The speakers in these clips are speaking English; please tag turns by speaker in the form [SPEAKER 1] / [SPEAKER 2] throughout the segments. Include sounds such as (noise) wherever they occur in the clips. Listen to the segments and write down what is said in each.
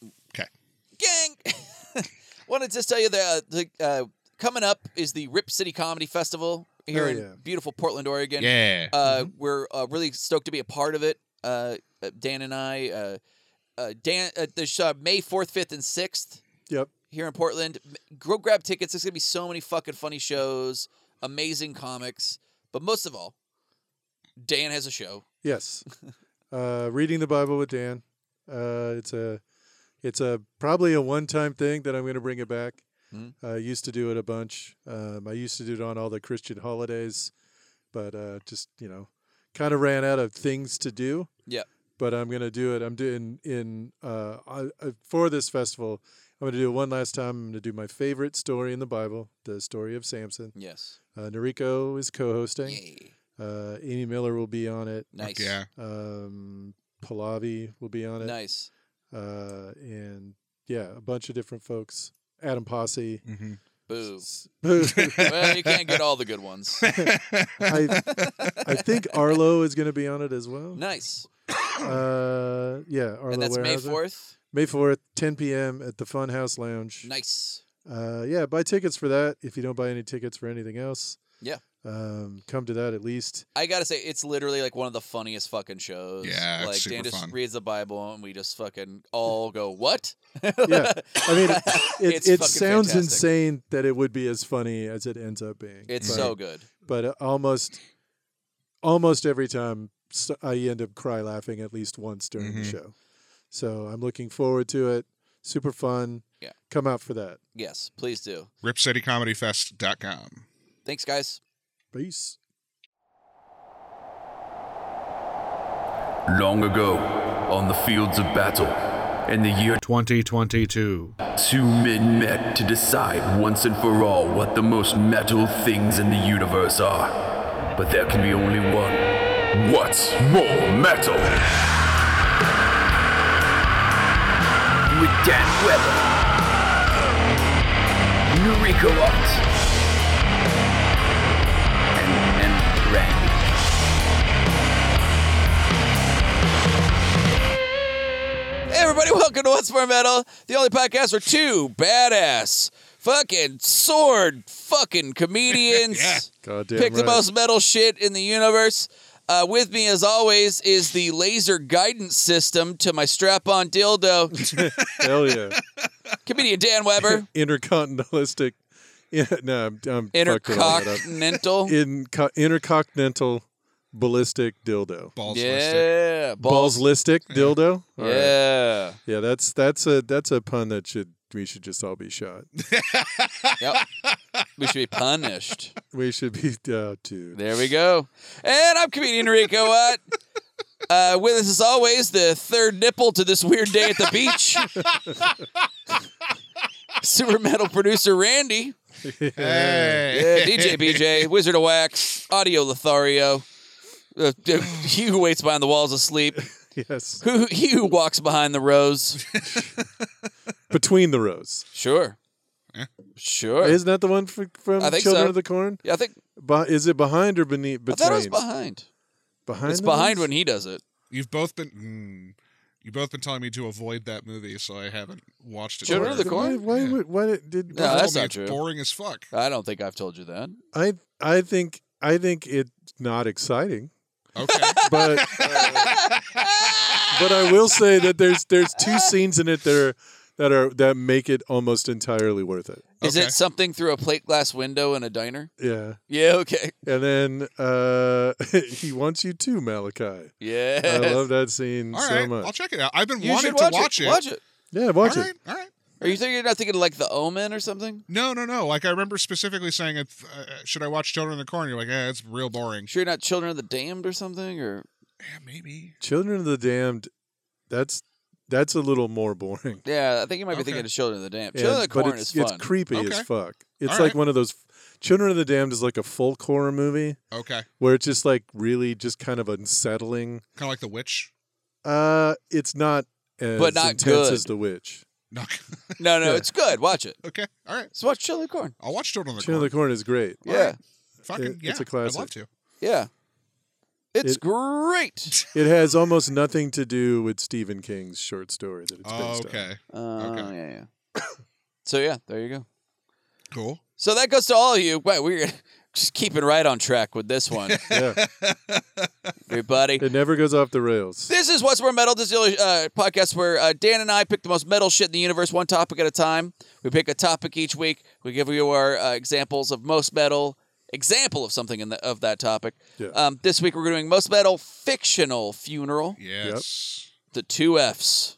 [SPEAKER 1] (laughs) Wanted to tell you that uh, the, uh, coming up is the Rip City Comedy Festival here
[SPEAKER 2] Oh,
[SPEAKER 1] in
[SPEAKER 2] yeah.
[SPEAKER 1] beautiful Portland, Oregon.
[SPEAKER 3] Yeah. Mm-hmm.
[SPEAKER 1] Uh, We're uh, really stoked to be a part of it. Uh, uh, Dan and I. Uh, uh, Dan, uh, there's uh, May fourth, fifth, and sixth
[SPEAKER 2] Yep.
[SPEAKER 1] here in Portland. M- Go grab tickets. There's gonna be so many fucking funny shows, amazing comics, but most of all, Dan has a show.
[SPEAKER 2] Yes. uh, reading the Bible with Dan. Uh, it's a, it's a probably a one-time thing that I'm going to bring it back.
[SPEAKER 1] Mhm.
[SPEAKER 2] I used to do it a bunch. Um, I used to do it on all the Christian holidays, but uh, just you know, kind of ran out of things to do.
[SPEAKER 1] Yep.
[SPEAKER 2] But I'm going to do it. I'm doing in uh, I, I, for this festival. I'm going to do it one last time. I'm going to do my favorite story in the Bible, the story of Samson.
[SPEAKER 1] Yes.
[SPEAKER 2] Uh, Noriko is co-hosting.
[SPEAKER 1] Yay.
[SPEAKER 2] Uh, Amy Miller will be on it.
[SPEAKER 1] Nice.
[SPEAKER 3] Yeah.
[SPEAKER 2] Um, Pahlavi will be on it.
[SPEAKER 1] Nice.
[SPEAKER 2] Uh, and yeah, a bunch of different folks. Adam Posse.
[SPEAKER 3] hmm
[SPEAKER 2] (laughs)
[SPEAKER 1] Boo.
[SPEAKER 2] S-
[SPEAKER 3] Mm-hmm.
[SPEAKER 1] (laughs) well, you can't
[SPEAKER 3] (laughs)
[SPEAKER 1] get all the good ones. (laughs)
[SPEAKER 2] I, I think Arlo is going to be on it as well.
[SPEAKER 1] Nice.
[SPEAKER 2] Uh, yeah, Arlo
[SPEAKER 1] and that's May
[SPEAKER 2] Weyerhaeuser.
[SPEAKER 1] 4th.
[SPEAKER 2] May 4th, 10 p.m. at the Funhouse Lounge.
[SPEAKER 1] Nice.
[SPEAKER 2] Uh, yeah, buy tickets for that if you don't buy any tickets for anything else.
[SPEAKER 1] Yeah.
[SPEAKER 2] Um, come to that at least.
[SPEAKER 1] I gotta say, it's literally like one of the funniest fucking shows.
[SPEAKER 3] Yeah, it's
[SPEAKER 1] like
[SPEAKER 3] super
[SPEAKER 1] Dan just
[SPEAKER 3] fun.
[SPEAKER 1] reads the Bible and we just fucking all go, "What?"
[SPEAKER 2] Yeah. I
[SPEAKER 1] (laughs)
[SPEAKER 2] mean, it, it,
[SPEAKER 1] It's
[SPEAKER 2] it
[SPEAKER 1] fucking
[SPEAKER 2] sounds
[SPEAKER 1] fantastic.
[SPEAKER 2] insane that it would be as funny as it ends up being.
[SPEAKER 1] It's
[SPEAKER 2] but,
[SPEAKER 1] so good.
[SPEAKER 2] but uh, almost, almost every time s- I end up cry laughing at least once during the
[SPEAKER 1] Mm-hmm.
[SPEAKER 3] Mhm.
[SPEAKER 2] show. So I'm looking forward to it. Super fun.
[SPEAKER 1] Yeah.
[SPEAKER 2] Come out for that.
[SPEAKER 1] Yes, please do.
[SPEAKER 3] RipCityComedyFest.com.
[SPEAKER 1] Thanks, guys.
[SPEAKER 2] Peace.
[SPEAKER 4] Long ago, on the fields of battle, in the year
[SPEAKER 5] 2022.
[SPEAKER 4] two men met to decide once and for all what the most metal things in the universe are. But there can be only one. What's more metal? With Dan Weber, Noriko Ott, and, and Randy.
[SPEAKER 1] Hey, everybody, welcome to What's More Metal, the only podcast where two badass fucking sword
[SPEAKER 2] (laughs)
[SPEAKER 1] fucking comedians
[SPEAKER 3] Yeah.
[SPEAKER 2] Goddamn
[SPEAKER 1] pick the
[SPEAKER 2] right.
[SPEAKER 1] most metal shit in the universe. Uh, with me, as always, is the laser guidance system to my strap-on
[SPEAKER 2] (laughs)
[SPEAKER 1] dildo,
[SPEAKER 2] (laughs) Hell yeah.
[SPEAKER 1] comedian Dan Weber.
[SPEAKER 2] Intercontinentalistic. (laughs) Yeah, no, I'm, I'm fucked it all up. (laughs)
[SPEAKER 1] Intercontinental.
[SPEAKER 2] In, co- intercontinental ballistic dildo.
[SPEAKER 3] Balls listed.
[SPEAKER 1] yeah. Balls. (laughs)
[SPEAKER 2] Ballslistic dildo. All right.
[SPEAKER 1] Yeah.
[SPEAKER 2] Yeah, that's that's a that's a pun that should we should just all
[SPEAKER 1] (laughs)
[SPEAKER 2] be shot.
[SPEAKER 1] Yep. We should be punished.
[SPEAKER 2] We should be oh, dude.
[SPEAKER 1] There we go. And I'm comedian Rico
[SPEAKER 2] (laughs)
[SPEAKER 1] Watt. Uh, with us as always, the third nipple to this weird day at the beach.
[SPEAKER 2] (laughs)
[SPEAKER 1] Super metal producer Randy. Yeah,
[SPEAKER 3] Hey. (laughs)
[SPEAKER 1] DJ BJ, Wizard of Wax, Audio Lothario. Uh, d- he who waits behind the walls asleep.
[SPEAKER 2] Yes.
[SPEAKER 1] Who, he who walks behind the
[SPEAKER 3] (laughs)
[SPEAKER 1] rose.
[SPEAKER 2] Between the rows.
[SPEAKER 1] Sure.
[SPEAKER 3] Yeah.
[SPEAKER 1] Sure.
[SPEAKER 2] Isn't that the one fr- from
[SPEAKER 1] I think
[SPEAKER 2] Children
[SPEAKER 1] so.
[SPEAKER 2] of the Corn?
[SPEAKER 1] Yeah, I think
[SPEAKER 2] Be- is it behind or beneath?
[SPEAKER 1] I
[SPEAKER 2] Between.
[SPEAKER 1] thought it was behind.
[SPEAKER 2] Behind
[SPEAKER 1] it's
[SPEAKER 2] the
[SPEAKER 1] behind
[SPEAKER 2] rows?
[SPEAKER 1] when he does it.
[SPEAKER 3] You've both been. Mm, you've both been telling me to avoid that movie, so I haven't watched it.
[SPEAKER 1] Children of the
[SPEAKER 3] yet.
[SPEAKER 1] Corn?
[SPEAKER 2] Why, why,
[SPEAKER 3] Yeah.
[SPEAKER 2] would- why did, did
[SPEAKER 1] No,
[SPEAKER 3] Told
[SPEAKER 1] that's
[SPEAKER 3] me
[SPEAKER 1] not
[SPEAKER 3] it's
[SPEAKER 1] true.
[SPEAKER 3] Boring
[SPEAKER 1] (laughs)
[SPEAKER 3] as fuck.
[SPEAKER 1] I don't think I've told you that.
[SPEAKER 2] I I think I think it's not exciting,
[SPEAKER 3] Okay.
[SPEAKER 2] but but I will say that there's there's two scenes in it that are that are that make it almost entirely worth it.
[SPEAKER 1] Is
[SPEAKER 3] Okay.
[SPEAKER 1] it something through a plate glass window in a diner?
[SPEAKER 2] Yeah.
[SPEAKER 1] Yeah, okay.
[SPEAKER 2] And then uh, (laughs) he wants you too, Malachi.
[SPEAKER 1] Yeah.
[SPEAKER 2] I love that scene
[SPEAKER 3] All
[SPEAKER 2] so
[SPEAKER 3] right.
[SPEAKER 2] much.
[SPEAKER 3] I'll check it out. I've
[SPEAKER 1] (laughs)
[SPEAKER 3] been
[SPEAKER 1] you
[SPEAKER 3] wanting
[SPEAKER 1] should
[SPEAKER 3] to
[SPEAKER 1] watch,
[SPEAKER 3] watch
[SPEAKER 1] it.
[SPEAKER 3] it.
[SPEAKER 1] Watch it.
[SPEAKER 2] yeah, watch
[SPEAKER 3] all right.
[SPEAKER 2] it.
[SPEAKER 3] All right.
[SPEAKER 1] Are you thinking you're not thinking like the omen or something?
[SPEAKER 3] No, no, no. Like I remember specifically saying, uh, "Should I watch Children in the Corn?" You're like, "Yeah, it's real boring."
[SPEAKER 1] Sure you're not children of the damned or something or
[SPEAKER 3] Yeah, maybe.
[SPEAKER 2] Children of the Damned. That's that's a little more boring.
[SPEAKER 1] Yeah, I think you might be
[SPEAKER 3] Okay.
[SPEAKER 1] thinking of (laughs) Children of the Damned.
[SPEAKER 2] And-
[SPEAKER 1] Children of the
[SPEAKER 2] but
[SPEAKER 1] Corn
[SPEAKER 2] it's,
[SPEAKER 1] is fun.
[SPEAKER 2] it's creepy as
[SPEAKER 3] Okay.
[SPEAKER 2] fuck. It's
[SPEAKER 3] All
[SPEAKER 2] like
[SPEAKER 3] right.
[SPEAKER 2] one of those. Children of the Damned is like a folk horror movie
[SPEAKER 3] Okay.
[SPEAKER 2] where it's just like really just kind of unsettling.
[SPEAKER 3] Kind of like The Witch.
[SPEAKER 2] Uh, it's not as
[SPEAKER 1] But not
[SPEAKER 2] intense
[SPEAKER 1] good.
[SPEAKER 2] as The Witch.
[SPEAKER 3] No.
[SPEAKER 1] no, no,
[SPEAKER 2] yeah.
[SPEAKER 1] it's good. Watch it.
[SPEAKER 3] okay. All right.
[SPEAKER 1] So watch Children of the Corn.
[SPEAKER 3] I'll watch Children in the
[SPEAKER 2] Children
[SPEAKER 3] Corn.
[SPEAKER 2] of the Corn is great.
[SPEAKER 3] All
[SPEAKER 1] Yeah.
[SPEAKER 3] right. Fucking
[SPEAKER 2] It-
[SPEAKER 3] yeah.
[SPEAKER 2] it's a classic.
[SPEAKER 3] I'd love to.
[SPEAKER 1] Yeah. It's
[SPEAKER 2] It-
[SPEAKER 1] great.
[SPEAKER 2] It has almost nothing to do with Stephen King's short story that it's
[SPEAKER 3] Oh,
[SPEAKER 2] based on.
[SPEAKER 3] okay.
[SPEAKER 1] Uh,
[SPEAKER 3] Okay.
[SPEAKER 1] yeah, yeah. (coughs) So yeah, there you go.
[SPEAKER 3] Cool.
[SPEAKER 1] So that goes to all of you. Wait, we're (laughs) just keeping right on track with this one,
[SPEAKER 3] (laughs)
[SPEAKER 2] Yeah,
[SPEAKER 1] everybody.
[SPEAKER 2] it never goes off
[SPEAKER 1] (laughs)
[SPEAKER 2] the rails. (laughs)
[SPEAKER 1] This is What's More Metal, this is the only, uh, podcast where uh, Dan and I pick the most metal shit in the universe, one topic at a time. We pick a topic each week. We give you our uh, examples of most metal, example of something in the, of that topic.
[SPEAKER 2] Yeah.
[SPEAKER 1] Um, this week we're doing most metal fictional funeral,
[SPEAKER 2] (laughs)
[SPEAKER 3] Yes. (laughs)
[SPEAKER 1] the two Fs.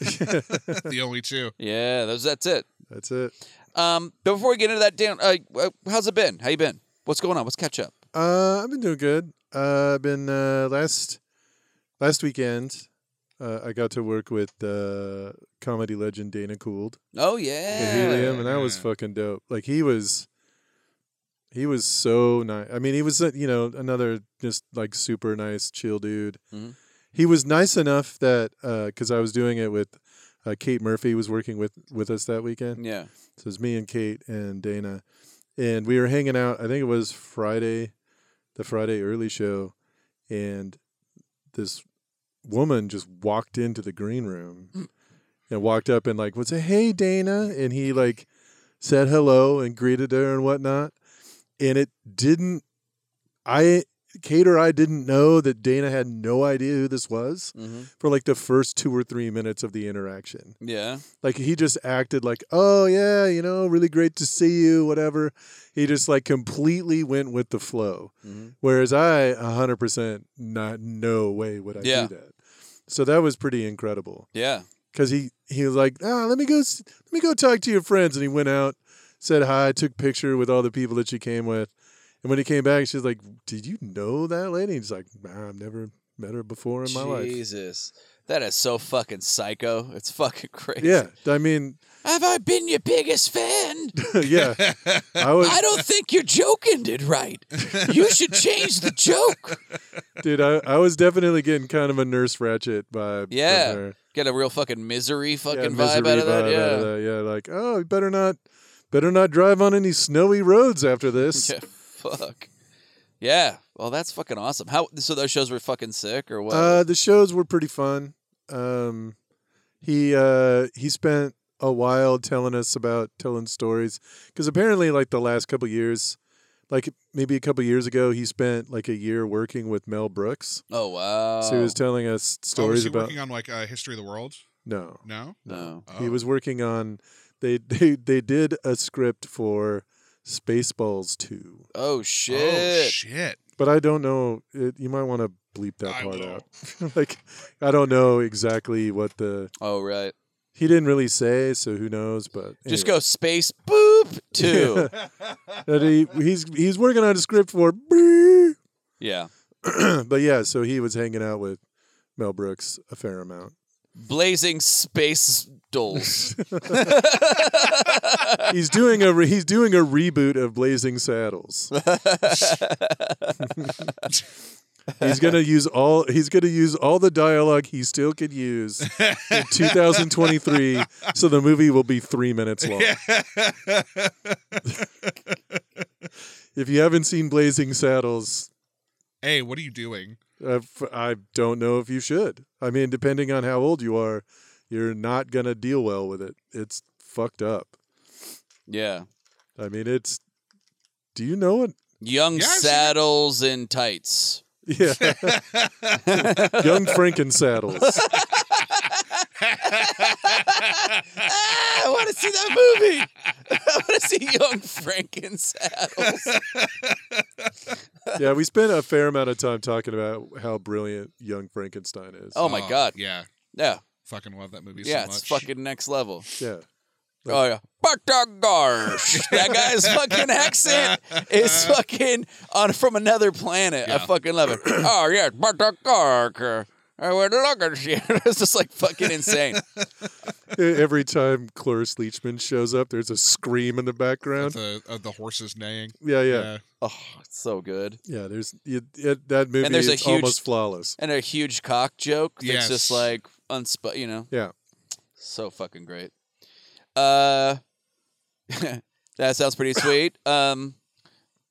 [SPEAKER 3] the only two. Oh,
[SPEAKER 1] Yeah, those, that's it.
[SPEAKER 2] That's it.
[SPEAKER 1] Um, but before we get into that, Dan, uh, uh, how's it been? How you been? What's going on? What's catch up?
[SPEAKER 2] Uh, I've been doing good. Uh, I've been uh, last last weekend. Uh, I got to work with uh, comedy legend Dana Gould
[SPEAKER 1] Oh
[SPEAKER 2] at
[SPEAKER 1] yeah,
[SPEAKER 2] Helium, and that was
[SPEAKER 3] Yeah.
[SPEAKER 2] fucking dope. Like he was, he was so nice. I mean, he was uh, you know another just like super nice, chill dude.
[SPEAKER 1] Mhm.
[SPEAKER 2] He was nice enough that because I was doing it with uh, Kate Murphy was working with with us that weekend.
[SPEAKER 1] yeah.
[SPEAKER 2] So it's me and Kate and Dana, and we were hanging out. I think it was Friday, the Friday early show, and this woman just walked into the green room and walked up and like would say, "Hey, Dana," and he like said hello and greeted her and whatnot, and it didn't. I Kate or I didn't know that Dana had no idea who this was
[SPEAKER 1] hmm
[SPEAKER 2] for like the first two or three minutes of the interaction.
[SPEAKER 1] Yeah.
[SPEAKER 2] Like he just acted like, oh yeah, you know, really great to see you, whatever. He just like completely went with the flow.
[SPEAKER 1] hmm
[SPEAKER 2] Whereas I, hundred percent, not no way would I
[SPEAKER 1] Yeah.
[SPEAKER 2] do that. So that was pretty incredible
[SPEAKER 1] Yeah.
[SPEAKER 2] because he he was like, ah, let me go, s- let me go talk to your friends, and he went out, said hi, took picture with all the people that she came with, and when he came back, she's like, did you know that lady? And he's like, nah, I've never met her before in my life.
[SPEAKER 1] Jesus. That is so fucking psycho. It's fucking crazy.
[SPEAKER 2] Yeah, I mean, (laughs)
[SPEAKER 1] Have I been your biggest fan?
[SPEAKER 2] yeah, I was.
[SPEAKER 1] I don't think you're joking it right. You should change the joke.
[SPEAKER 2] Dude, I, I was definitely getting kind of a nurse ratchet vibe. from
[SPEAKER 1] Yeah.
[SPEAKER 2] her.
[SPEAKER 1] Get a real fucking misery
[SPEAKER 2] Yeah,
[SPEAKER 1] fucking vibe
[SPEAKER 2] misery
[SPEAKER 1] out of that.
[SPEAKER 2] vibe
[SPEAKER 1] yeah.
[SPEAKER 2] out of that, yeah, like, oh, you better not better not drive on any snowy roads after this.
[SPEAKER 1] (laughs)
[SPEAKER 2] Uh,
[SPEAKER 1] Yeah, Fuck. Yeah. Well, that's fucking awesome. How so those shows were fucking sick or what?
[SPEAKER 2] Uh the shows were pretty fun. Um he uh he spent a while telling us about telling stories cuz apparently like the last couple years like maybe a couple years ago he spent like a year working with Mel Brooks.
[SPEAKER 1] oh wow.
[SPEAKER 2] So he was telling us
[SPEAKER 3] oh, is
[SPEAKER 2] stories
[SPEAKER 3] he
[SPEAKER 2] about
[SPEAKER 3] working on like uh, history of the world?
[SPEAKER 2] No.
[SPEAKER 3] No.
[SPEAKER 1] no.
[SPEAKER 3] Oh.
[SPEAKER 2] He was working on they (laughs) they they did a script for Spaceballs
[SPEAKER 1] Oh
[SPEAKER 2] 2.
[SPEAKER 3] Oh,
[SPEAKER 1] shit. (laughs)
[SPEAKER 3] shit.
[SPEAKER 2] But I don't know it, you might want to bleep that
[SPEAKER 3] I
[SPEAKER 2] part
[SPEAKER 3] will.
[SPEAKER 2] out. (laughs) like I don't know exactly what the
[SPEAKER 1] Oh right.
[SPEAKER 2] he didn't really say, so who knows, but
[SPEAKER 1] Just
[SPEAKER 2] anyway.
[SPEAKER 1] go space boop two.
[SPEAKER 2] (laughs) That he, he's he's working on a script for (clears throat) but
[SPEAKER 1] (laughs) yeah.
[SPEAKER 2] yeah, so he was hanging out with Mel Brooks a fair amount.
[SPEAKER 1] Blazing space (laughs) dolls.
[SPEAKER 2] He's doing a re- he's doing a reboot of Blazing Saddles. he's gonna use all he's gonna use all the dialogue he still could use in 2023, so the movie will be three minutes long. if you haven't seen Blazing Saddles,
[SPEAKER 3] hey, what are you doing?
[SPEAKER 2] I I don't know if you should. I mean, depending on how old you are, you're not gonna deal well with it. It's fucked up.
[SPEAKER 1] yeah.
[SPEAKER 2] I mean, it's. Do you know it?
[SPEAKER 1] Young
[SPEAKER 3] Yeah, I've seen it.
[SPEAKER 1] saddles in
[SPEAKER 3] (laughs)
[SPEAKER 1] tights.
[SPEAKER 2] Yeah. (laughs) Young Franken saddles.
[SPEAKER 1] Ah, I want to see that movie. (laughs) I want to see Young Franken saddles.
[SPEAKER 2] Yeah, we spent a fair amount of time talking about how brilliant Young Frankenstein is.
[SPEAKER 1] Oh my god.
[SPEAKER 3] Yeah.
[SPEAKER 1] Yeah.
[SPEAKER 3] Fucking love that movie
[SPEAKER 1] Yeah,
[SPEAKER 3] so
[SPEAKER 1] it's
[SPEAKER 3] much.
[SPEAKER 1] fucking next level.
[SPEAKER 2] Yeah.
[SPEAKER 1] Oh yeah. Buck gosh. (laughs) That guy's fucking accent is fucking on from another planet. I
[SPEAKER 3] Yeah.
[SPEAKER 1] fucking love (clears throat) it. Oh yeah, Buck Garker. I would look at you. (laughs) It's just like fucking insane.
[SPEAKER 2] E-, Every time Cloris Leachman shows up, there's a scream in the background.
[SPEAKER 3] The, of the horses neighing.
[SPEAKER 2] Yeah, yeah.
[SPEAKER 1] (laughs) Oh, it's so good.
[SPEAKER 2] Yeah, there's it, it, that movie
[SPEAKER 1] there's a
[SPEAKER 2] is
[SPEAKER 1] huge-
[SPEAKER 2] almost flawless.
[SPEAKER 1] And a huge cock joke that's
[SPEAKER 3] Yes.
[SPEAKER 1] just like unsp you know. (laughs)
[SPEAKER 2] Yeah.
[SPEAKER 1] So fucking great. Uh (laughs) that sounds pretty (coughs) sweet. Um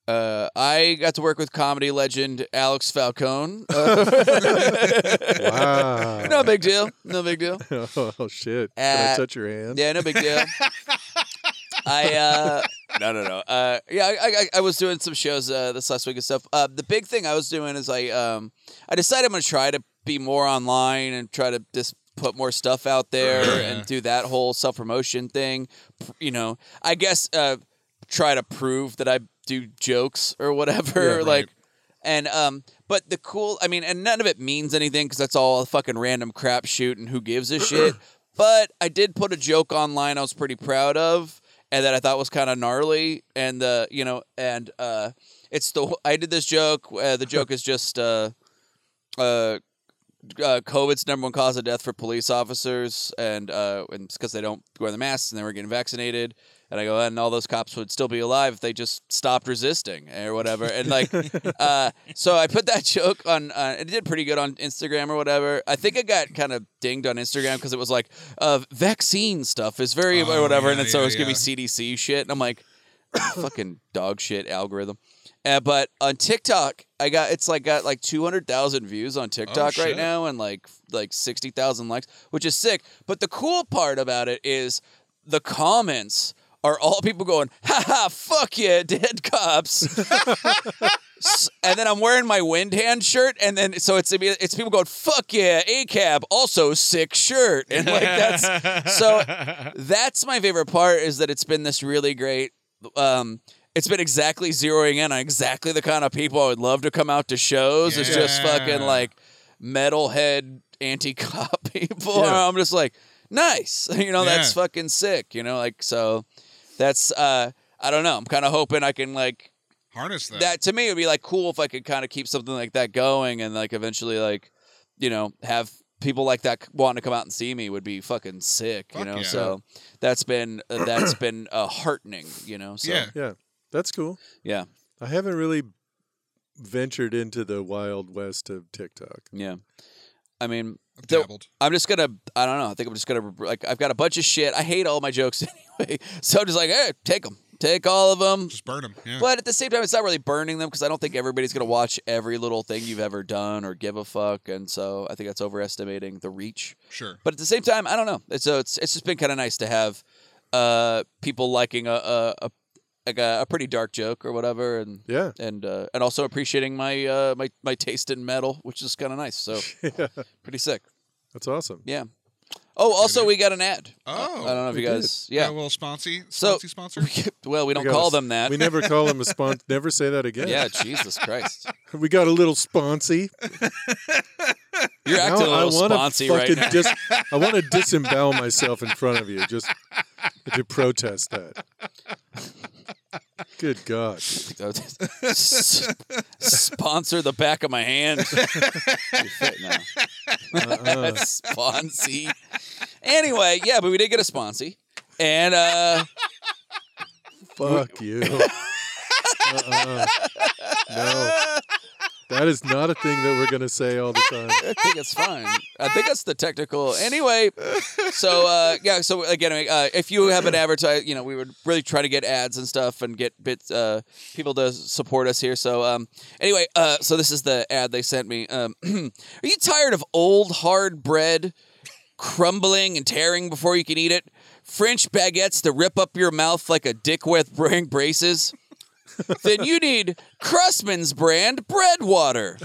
[SPEAKER 1] uh I got to work with comedy legend Alex (laughs) Falcone. Uh,
[SPEAKER 2] Wow.
[SPEAKER 1] (laughs)
[SPEAKER 2] (laughs)
[SPEAKER 1] no big deal. No big deal.
[SPEAKER 2] oh, shit. Can I
[SPEAKER 1] Uh,
[SPEAKER 2] touch your hand?
[SPEAKER 1] Yeah, no big deal. I uh, no no no. Uh, yeah, I, I I was doing some shows uh, this last week and stuff. Uh, the big thing I was doing is I um I decided I'm gonna try to be more online and try to just put more stuff out there and do that whole self promotion thing. You know, I guess uh, try to prove that I do jokes or whatever.
[SPEAKER 3] right.
[SPEAKER 1] (laughs) like and um, but the cool, I mean, and none of it means anything because that's all fucking random crap shoot and who gives a shit. But I did put a joke online I was pretty proud of and that I thought was kind of gnarly. And the you know, and uh, it's the I did this joke. Uh, the joke is just uh, uh, uh, COVID's number one cause of death for police officers, and uh, and it's because they don't wear the masks and they were getting vaccinated. And I go, and all those cops would still be alive if they just stopped resisting or whatever. And
[SPEAKER 3] (laughs)
[SPEAKER 1] like, uh, so I put that (laughs) joke on. Uh, it did pretty good on Instagram or whatever. I think it got kind of dinged on Instagram because it was like, uh, vaccine stuff is very
[SPEAKER 3] Oh,
[SPEAKER 1] or whatever,
[SPEAKER 3] yeah,
[SPEAKER 1] and it's so
[SPEAKER 3] yeah,
[SPEAKER 1] always gonna be
[SPEAKER 3] yeah.
[SPEAKER 1] CDC shit. And I'm like, (laughs) fucking dog shit algorithm. Uh, but on TikTok, I got it's like got like two hundred thousand views on TikTok right
[SPEAKER 3] shit.
[SPEAKER 1] now, and like like sixty thousand likes, which is sick. But the cool part about it is the comments are all people going, "Ha ha, fuck yeah, dead cops." S- and then I'm wearing my wind hand shirt, and then so it's it's people going, "Fuck yeah, ACAB, also sick shirt," and like that's
[SPEAKER 3] (laughs)
[SPEAKER 1] so that's my favorite part is that it's been this really great. Um, it's been exactly zeroing in on exactly the kind of people I would love to come out to shows. It's just
[SPEAKER 3] Yeah.
[SPEAKER 1] fucking like metalhead anti cop (laughs) people.
[SPEAKER 2] Yeah.
[SPEAKER 1] I'm just like, nice. (laughs) You know, that's
[SPEAKER 3] Yeah.
[SPEAKER 1] fucking sick. You know, like so. That's uh, I don't know. I'm kind of hoping I can like
[SPEAKER 3] Harness that.
[SPEAKER 1] that to me would be like cool if I could kind of keep something like that going and like eventually like you know have people like that wanting to come out and see me would be fucking sick you
[SPEAKER 3] Fuck
[SPEAKER 1] know
[SPEAKER 3] yeah.
[SPEAKER 1] so that's been uh, that's been uh, heartening you know so
[SPEAKER 3] yeah.
[SPEAKER 2] Yeah, that's cool.
[SPEAKER 1] yeah
[SPEAKER 2] I haven't really ventured into the wild west of TikTok.
[SPEAKER 1] yeah I mean
[SPEAKER 3] I've
[SPEAKER 1] the-
[SPEAKER 3] dabbled.
[SPEAKER 1] I'm just gonna. I don't know. I think I'm just gonna like. I've got a bunch of shit. I hate all my jokes (laughs) anyway, so I'm just like, hey, take them, take all of them.
[SPEAKER 3] Just burn them.
[SPEAKER 2] (laughs)
[SPEAKER 3] Yeah.
[SPEAKER 1] But at the same time, it's not really burning them because I don't think everybody's going to watch every little thing you've ever done or give a fuck. And so I think that's overestimating the reach.
[SPEAKER 3] Sure.
[SPEAKER 1] But at the same time, I don't know. It's, so it's, it's just been kind of nice to have uh, people liking a, a, a like a, a pretty dark joke or whatever, and
[SPEAKER 2] Yeah.
[SPEAKER 1] and uh, and also appreciating my uh, my my taste in metal, which is kind of nice. So
[SPEAKER 2] (laughs) yeah.
[SPEAKER 1] pretty sick.
[SPEAKER 2] That's awesome.
[SPEAKER 1] Yeah. Oh, also we got an ad.
[SPEAKER 3] Oh.
[SPEAKER 1] I don't know if
[SPEAKER 2] We
[SPEAKER 1] you
[SPEAKER 2] did.
[SPEAKER 1] guys.
[SPEAKER 3] yeah.
[SPEAKER 1] Yeah. (laughs)
[SPEAKER 3] Well, sponsy.
[SPEAKER 1] So- (laughs)
[SPEAKER 3] Sponsy sponsor.
[SPEAKER 1] well, we don't
[SPEAKER 2] got
[SPEAKER 1] call
[SPEAKER 2] a-
[SPEAKER 1] them that.
[SPEAKER 2] We never call him a spon. never say that
[SPEAKER 1] (laughs)
[SPEAKER 2] again.
[SPEAKER 1] yeah. Jesus Christ.
[SPEAKER 2] We got a little sponsy.
[SPEAKER 1] You're
[SPEAKER 2] Now
[SPEAKER 1] acting a
[SPEAKER 2] I
[SPEAKER 1] little
[SPEAKER 2] want
[SPEAKER 1] sponsy
[SPEAKER 2] to
[SPEAKER 1] right
[SPEAKER 2] fucking
[SPEAKER 1] now. (laughs)
[SPEAKER 2] dis- I want to disembowel myself in front of you just to protest that. Good God.
[SPEAKER 1] S- sponsor the back of my hand. You're fit now.
[SPEAKER 2] Uh-uh.
[SPEAKER 1] That's (laughs) sponsy. Anyway, yeah, but we did get a sponsy. And uh (laughs)
[SPEAKER 2] Fuck you. Uh-uh. No. That is not a thing that we're going to say all the time.
[SPEAKER 1] I think it's fine. I think that's the technical. Anyway, so uh yeah, so again, uh, if you have an advertise, you know, we would really try to get ads and stuff and get bits uh people to support us here. So um anyway, uh so this is the ad they sent me. Um (clears throat) Are you tired of old hard bread? crumbling and tearing before you can eat it. French baguettes to rip up your mouth like a dick with wearing braces. then you need Crustman's brand bread water.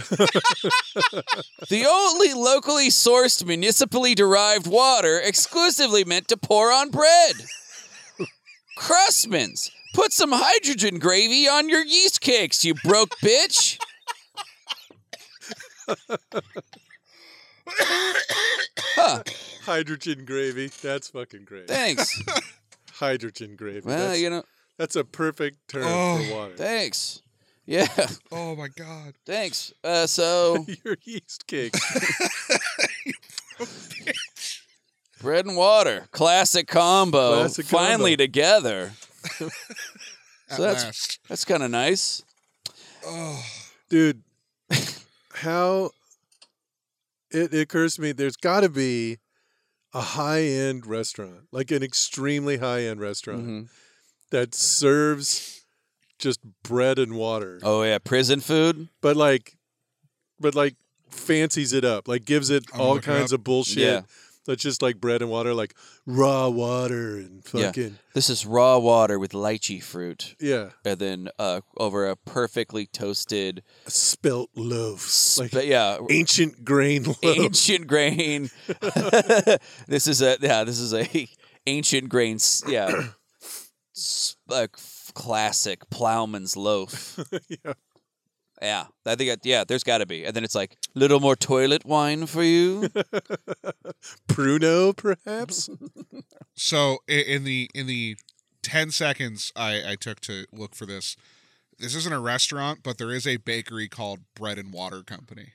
[SPEAKER 1] the only locally sourced, municipally derived water exclusively meant to pour on bread. Crustman's, put some hydrogen gravy on your yeast cakes, you broke bitch. Huh,
[SPEAKER 2] Hydrogen gravy. That's fucking great. (laughs)
[SPEAKER 1] thanks.
[SPEAKER 2] Hydrogen gravy.
[SPEAKER 1] Well,
[SPEAKER 2] that's,
[SPEAKER 1] you know,
[SPEAKER 2] that's a perfect term
[SPEAKER 3] Oh.
[SPEAKER 2] for water.
[SPEAKER 1] thanks. Yeah.
[SPEAKER 3] Oh my God.
[SPEAKER 1] Thanks. Uh, so
[SPEAKER 2] (laughs) Your yeast cake.
[SPEAKER 1] bread and water, classic combo,
[SPEAKER 2] Classic
[SPEAKER 1] finally
[SPEAKER 2] combo.
[SPEAKER 1] together.
[SPEAKER 3] At
[SPEAKER 1] So that's-
[SPEAKER 3] last.
[SPEAKER 1] That's kind of nice.
[SPEAKER 3] Oh.
[SPEAKER 2] dude how it, it occurs to me there's got to be a high-end restaurant like an extremely high-end restaurant
[SPEAKER 1] Mhm.
[SPEAKER 2] that serves just bread and water
[SPEAKER 1] Oh yeah, prison food.
[SPEAKER 2] but like but like fancies it up like gives it
[SPEAKER 3] I'm
[SPEAKER 2] all
[SPEAKER 3] looking
[SPEAKER 2] kinds
[SPEAKER 3] up.
[SPEAKER 2] of bullshit
[SPEAKER 1] Yeah.
[SPEAKER 2] That's just like bread and water, like raw water and
[SPEAKER 1] Yeah.
[SPEAKER 2] fucking
[SPEAKER 1] This is raw water with lychee fruit,
[SPEAKER 2] yeah,
[SPEAKER 1] and then uh, over a perfectly toasted,
[SPEAKER 2] spelt loaves,
[SPEAKER 1] sp-
[SPEAKER 2] like
[SPEAKER 1] yeah,
[SPEAKER 2] ancient grain loaves.
[SPEAKER 1] (laughs) ancient grain. (laughs) this is a yeah. This is a ancient grain. s- Yeah, S- like f- classic plowman's loaf.
[SPEAKER 2] (laughs) yeah.
[SPEAKER 1] Yeah, I think that, yeah. There's got to be, and then it's like little more toilet wine for you.
[SPEAKER 2] Pruno, perhaps.
[SPEAKER 3] So i- in the in the ten seconds I, I took to look for this, this isn't a restaurant, but there is a bakery called Bread and Water Company,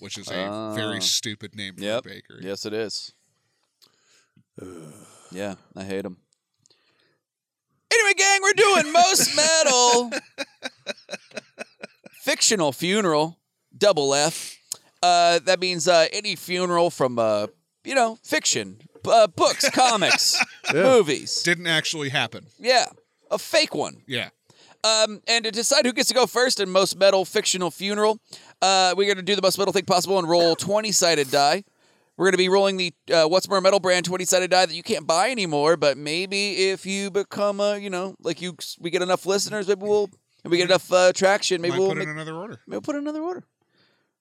[SPEAKER 3] which is a
[SPEAKER 1] Ah.
[SPEAKER 3] very stupid name for
[SPEAKER 1] Yep.
[SPEAKER 3] a bakery.
[SPEAKER 1] yes, it is. Yeah, I hate them. Anyway, gang, we're doing most metal. Fictional funeral, double F. Uh, that means uh, any funeral from uh, you know fiction, b- uh, books, comics, movies.
[SPEAKER 3] Didn't actually happen.
[SPEAKER 1] Yeah, a fake one.
[SPEAKER 3] Yeah.
[SPEAKER 1] Um, and to decide who gets to go first in most metal fictional funeral, uh, we're going to do the most metal thing possible and roll 20 sided die. We're going to be rolling the uh, What's More Metal brand 20 sided die that you can't buy anymore, but maybe if you become a, you know, like you, we get enough listeners, maybe we'll, and we get enough uh, traction, maybe
[SPEAKER 3] Might
[SPEAKER 1] we'll
[SPEAKER 3] put
[SPEAKER 1] make,
[SPEAKER 3] in another order.
[SPEAKER 1] maybe we'll put in another order.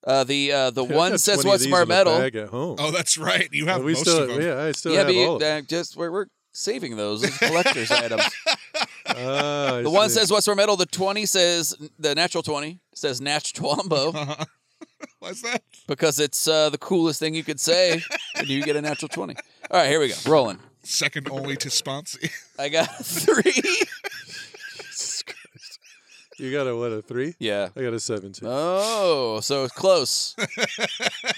[SPEAKER 1] Uh, the uh,
[SPEAKER 2] (laughs)
[SPEAKER 1] the
[SPEAKER 2] I
[SPEAKER 1] one
[SPEAKER 2] got
[SPEAKER 1] says
[SPEAKER 2] 20 of
[SPEAKER 1] What's
[SPEAKER 2] these
[SPEAKER 1] More
[SPEAKER 2] in a
[SPEAKER 1] Metal.
[SPEAKER 2] bag at home.
[SPEAKER 3] Oh, that's right. You
[SPEAKER 2] Uh,
[SPEAKER 3] have
[SPEAKER 2] we
[SPEAKER 3] most
[SPEAKER 2] still,
[SPEAKER 3] of them.
[SPEAKER 2] yeah, I still
[SPEAKER 1] yeah,
[SPEAKER 2] have
[SPEAKER 1] but you-
[SPEAKER 2] all. Of them.
[SPEAKER 1] uh, just we're, we're saving those
[SPEAKER 2] (laughs)
[SPEAKER 1] as collector's items.
[SPEAKER 2] Ah, I
[SPEAKER 1] The one
[SPEAKER 2] see.
[SPEAKER 1] says Westmore Metal. The twenty says the natural twenty says Natch Twombo
[SPEAKER 3] What's that?
[SPEAKER 1] because it's uh, the coolest thing you could say, and you get a natural twenty. All right, here we go. Rolling.
[SPEAKER 3] Second only to (laughs) Sponsi.
[SPEAKER 1] I got (laughs) a three.
[SPEAKER 2] you got a what a three?
[SPEAKER 1] Yeah.
[SPEAKER 2] I got a seventeen.
[SPEAKER 1] Oh, so it's close.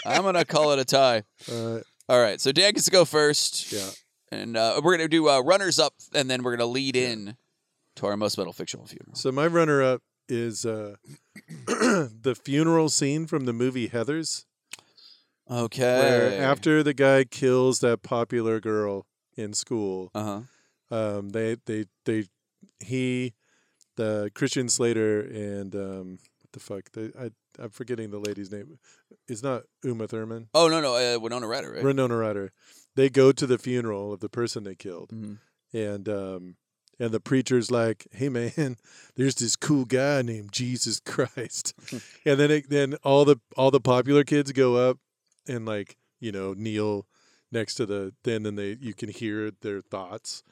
[SPEAKER 1] I'm gonna call it a tie.
[SPEAKER 2] Uh,
[SPEAKER 1] All right, so Dan gets to go first.
[SPEAKER 2] Yeah.
[SPEAKER 1] And uh, we're gonna do uh, runners up, and then we're gonna lead in to our most metal fictional funeral.
[SPEAKER 2] So my runner up is uh, (clears throat) the funeral scene from the movie Heather's,
[SPEAKER 1] Okay.
[SPEAKER 2] where after the guy kills that popular girl in school,
[SPEAKER 1] Uh huh.
[SPEAKER 2] um, they they they he the Christian Slater and um, what the fuck the, I I'm forgetting the lady's name. It's not Uma Thurman,
[SPEAKER 1] Oh no no uh, Winona Ryder right?
[SPEAKER 2] Renona Ryder. They go to the funeral of the person they killed,
[SPEAKER 1] Mhm.
[SPEAKER 2] and um and the preacher's like, "Hey man, (laughs) there's this cool guy named Jesus Christ," and then it, then all the all the popular kids go up and like you know kneel next to the then and they you can hear their thoughts,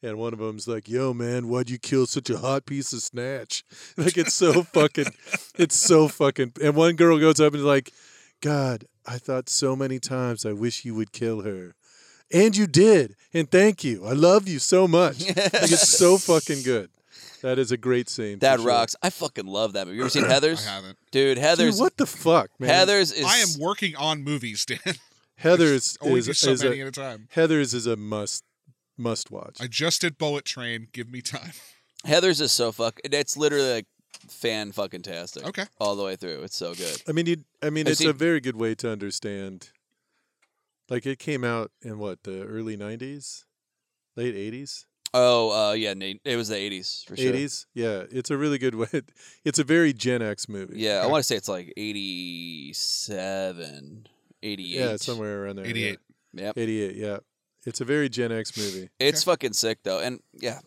[SPEAKER 2] and one of them's like, "Yo man, why'd you kill such a hot piece of snatch?" (laughs) Like it's
[SPEAKER 1] (laughs)
[SPEAKER 2] so fucking, it's so fucking. And one girl goes up and is like, "God, I thought so many times I wish you would kill her." And you did. And thank you. I love you so
[SPEAKER 1] (laughs)
[SPEAKER 2] much. Like it's so fucking good. That is a great scene.
[SPEAKER 1] That
[SPEAKER 2] for sure.
[SPEAKER 1] rocks. I fucking love that movie. You ever
[SPEAKER 2] (clears throat)
[SPEAKER 1] seen
[SPEAKER 3] I
[SPEAKER 1] Heather's?
[SPEAKER 3] haven't.
[SPEAKER 1] Dude,
[SPEAKER 2] Dude,
[SPEAKER 1] Heather's
[SPEAKER 2] what the fuck, man?
[SPEAKER 1] Heather's is
[SPEAKER 3] I am working on
[SPEAKER 1] (laughs)
[SPEAKER 3] movies, Dan.
[SPEAKER 2] Heather's
[SPEAKER 3] only
[SPEAKER 2] is,
[SPEAKER 3] do so
[SPEAKER 2] is
[SPEAKER 3] many
[SPEAKER 2] a,
[SPEAKER 3] at a time.
[SPEAKER 2] Heather's is a must must watch.
[SPEAKER 3] I just did Bullet Train. Give me time.
[SPEAKER 1] Heather's is so fuck it's literally like fan fucking tastic.
[SPEAKER 3] Okay.
[SPEAKER 1] All the way through. It's so good.
[SPEAKER 2] I mean, you. I mean,
[SPEAKER 1] I've
[SPEAKER 2] it's a
[SPEAKER 1] seen-
[SPEAKER 2] very good way to understand. Like it came out in what the early '90s, late '80s,
[SPEAKER 1] Oh, uh yeah, Nate, it was the 80s for sure.
[SPEAKER 2] '80s. Yeah, it's a really good (laughs) way. It's a very Gen X movie.
[SPEAKER 1] Yeah, I want to say it's like 87, 88.
[SPEAKER 2] yeah, somewhere around there. yeah.
[SPEAKER 3] 88.
[SPEAKER 1] Yep.
[SPEAKER 2] '88. Yeah, it's a very Gen X movie.
[SPEAKER 1] It's fucking sick though. And yeah.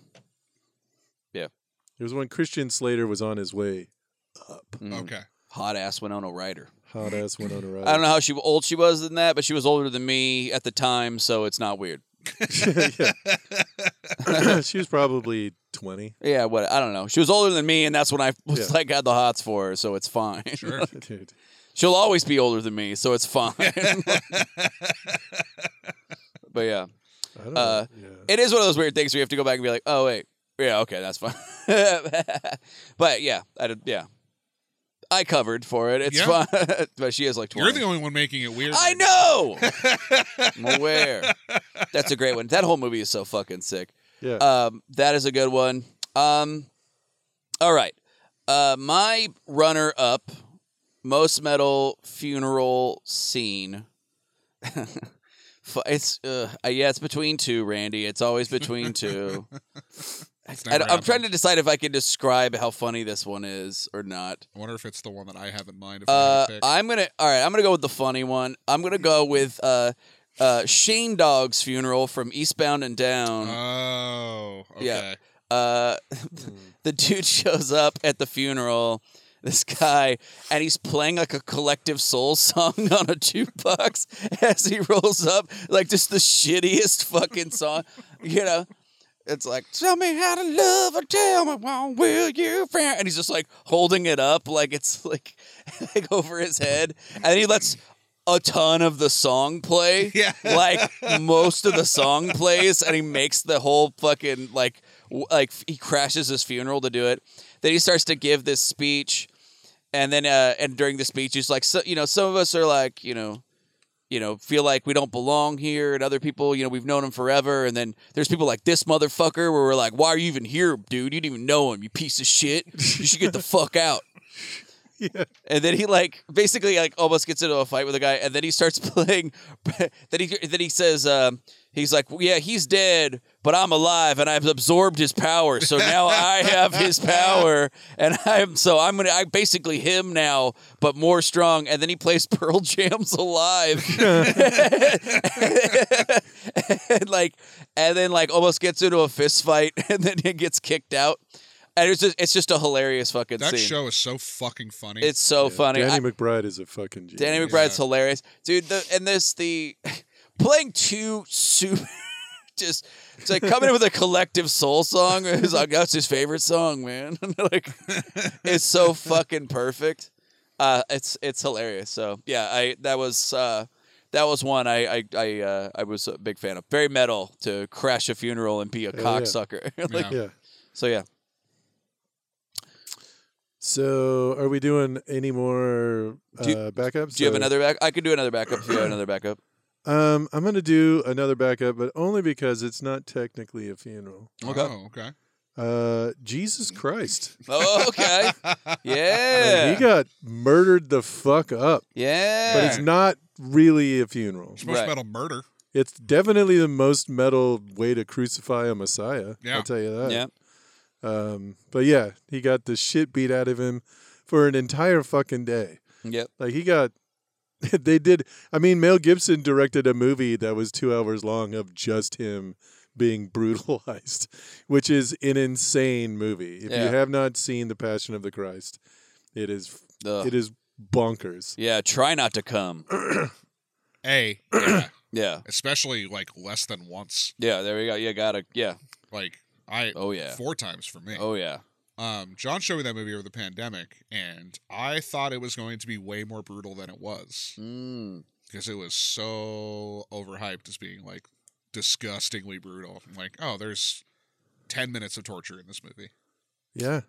[SPEAKER 2] It was when Christian Slater was on his way.
[SPEAKER 1] Mm. (laughs)
[SPEAKER 3] Okay.
[SPEAKER 1] Hot ass Winona Ryder.
[SPEAKER 2] Hot ass went on a ride.
[SPEAKER 1] (laughs) I don't know how she old she was than that, but she was older than me at the time, so it's not weird.
[SPEAKER 2] (laughs) Yeah. (coughs) she was probably 20.
[SPEAKER 1] Yeah, what I don't know. She was older than me, and that's when I was
[SPEAKER 2] Yeah.
[SPEAKER 1] like had the hots for her, so it's fine.
[SPEAKER 3] Sure.
[SPEAKER 2] (laughs) Dude.
[SPEAKER 1] She'll always be older than me, so it's
[SPEAKER 3] (laughs)
[SPEAKER 1] fine. but yeah,
[SPEAKER 2] I don't
[SPEAKER 1] Uh,
[SPEAKER 2] know. Yeah.
[SPEAKER 1] it is one of those weird things where you have to go back and be like, oh wait, yeah, okay, that's fine. (laughs) but yeah, I did, yeah, I covered for it. It's
[SPEAKER 3] Yeah.
[SPEAKER 1] fine. (laughs) but she is like 20
[SPEAKER 3] You're the only one making it weird.
[SPEAKER 1] I know.
[SPEAKER 3] (laughs)
[SPEAKER 1] I'm aware. That's a great one. That whole movie is so fucking sick.
[SPEAKER 2] Yeah.
[SPEAKER 1] Um, that is a good one. Um, all right. Uh, my runner up, most metal funeral scene. (laughs) Fu- it's uh, uh, yeah, it's between two, Randy. It's always between two. I,
[SPEAKER 3] It's never
[SPEAKER 1] I- I'm trying
[SPEAKER 3] happened.
[SPEAKER 1] to decide if I can describe how funny this one is or not.
[SPEAKER 3] I wonder if it's the one that I have in mind. If I had
[SPEAKER 1] Uh,
[SPEAKER 3] to pick.
[SPEAKER 1] I'm gonna all right. I'm gonna go with the funny one. I'm gonna go with uh, uh, Shane Dog's funeral from Eastbound and Down.
[SPEAKER 3] Oh, okay.
[SPEAKER 1] Yeah. Uh, (laughs) the dude shows up at the funeral. This guy, and he's playing like a collective soul song (laughs) on a jukebox (laughs) as he rolls up, like just the shittiest fucking song. You know, it's like, tell me how to love or tell me why will you friend? And he's just like holding it up, like it's like, (laughs) like over his head. And then he lets a ton of the song play.
[SPEAKER 3] Yeah.
[SPEAKER 1] Like most of the song plays, and he makes the whole fucking like, w- like he crashes his funeral to do it. Then he starts to give this speech. And then, uh, and during the speech, he's like, so, you know, some of us are like, you know, you know, feel like we don't belong here, and other people, you know, we've known him forever, and then there's people like this motherfucker where we're like, why are you even here, dude? You didn't even know him, you piece of shit. You should get the (laughs) fuck out.
[SPEAKER 2] Yeah.
[SPEAKER 1] And then he like basically like almost gets into a fight with a guy, and then he starts (laughs) playing. then he then he says um, he's like, yeah, he's dead, but I'm alive, and I've absorbed his power, so now I have his power, and I'm so I'm gonna I'm basically him now, but more strong. And then he plays (laughs) Pearl Jam's
[SPEAKER 3] (laughs)
[SPEAKER 1] Alive, (laughs) and like and then like almost gets into a fist fight, (laughs) and then he gets kicked out. And it's just it's just a hilarious fucking
[SPEAKER 3] That
[SPEAKER 1] scene.
[SPEAKER 3] show is so fucking funny.
[SPEAKER 1] It's so funny. I-
[SPEAKER 2] Danny McBride is a fucking genius.
[SPEAKER 1] Danny McBride's hilarious, dude. The, and this the (laughs) playing two super (laughs) just it's like coming in with a collective soul song. It's like that's his favorite song, man. (laughs) like it's
[SPEAKER 2] (laughs)
[SPEAKER 1] so fucking perfect. Uh, it's it's hilarious. So yeah, I that was uh, that was one I I I, uh, I was a big fan of. Very metal to crash a funeral and be a
[SPEAKER 2] yeah.
[SPEAKER 1] cocksucker. (laughs) like,
[SPEAKER 2] (laughs)
[SPEAKER 3] Yeah.
[SPEAKER 2] Yeah.
[SPEAKER 1] So yeah,
[SPEAKER 2] So, are we doing any more uh,
[SPEAKER 1] Do you-
[SPEAKER 2] backups?
[SPEAKER 1] do you have
[SPEAKER 2] or-
[SPEAKER 1] another back? I could do another backup if you have another
[SPEAKER 2] (laughs)
[SPEAKER 1] backup.
[SPEAKER 2] Um, I'm going to do another backup, but only because it's not technically a funeral.
[SPEAKER 1] okay.
[SPEAKER 3] Oh, okay. (laughs)
[SPEAKER 2] Uh, Jesus Christ,
[SPEAKER 1] Oh, okay.
[SPEAKER 2] Like,
[SPEAKER 1] Yeah.
[SPEAKER 2] he got murdered the fuck up,
[SPEAKER 1] yeah.
[SPEAKER 2] but it's not really a funeral.
[SPEAKER 3] It's most
[SPEAKER 1] Right.
[SPEAKER 3] metal murder.
[SPEAKER 2] It's definitely the most metal way to crucify a messiah.
[SPEAKER 3] Yeah.
[SPEAKER 2] I'll tell you that.
[SPEAKER 1] yeah.
[SPEAKER 2] Um, but yeah, he got the shit beat out of him for an entire fucking day.
[SPEAKER 1] Yep.
[SPEAKER 2] Like he got (laughs) they did I mean Mel Gibson directed a movie that was 2 hours long of just him being (laughs) brutalized, which is an insane movie. If
[SPEAKER 1] Yeah.
[SPEAKER 2] you have not seen The Passion of the Christ, it is
[SPEAKER 1] Ugh.
[SPEAKER 2] it is bonkers.
[SPEAKER 1] yeah. Try not to come.
[SPEAKER 3] A, yeah.
[SPEAKER 1] Yeah.
[SPEAKER 3] especially like less than once.
[SPEAKER 1] Yeah. There we go. You gotta. Yeah.
[SPEAKER 3] Like I
[SPEAKER 1] Oh yeah.
[SPEAKER 3] four times for me.
[SPEAKER 1] Oh yeah.
[SPEAKER 3] Um, John showed me that movie over the pandemic, and I thought it was going to be way more brutal than it was
[SPEAKER 1] Mm. (laughs)
[SPEAKER 3] because it was so overhyped as being like disgustingly brutal. I'm like, oh, there's ten minutes of torture in this movie.
[SPEAKER 2] Yeah.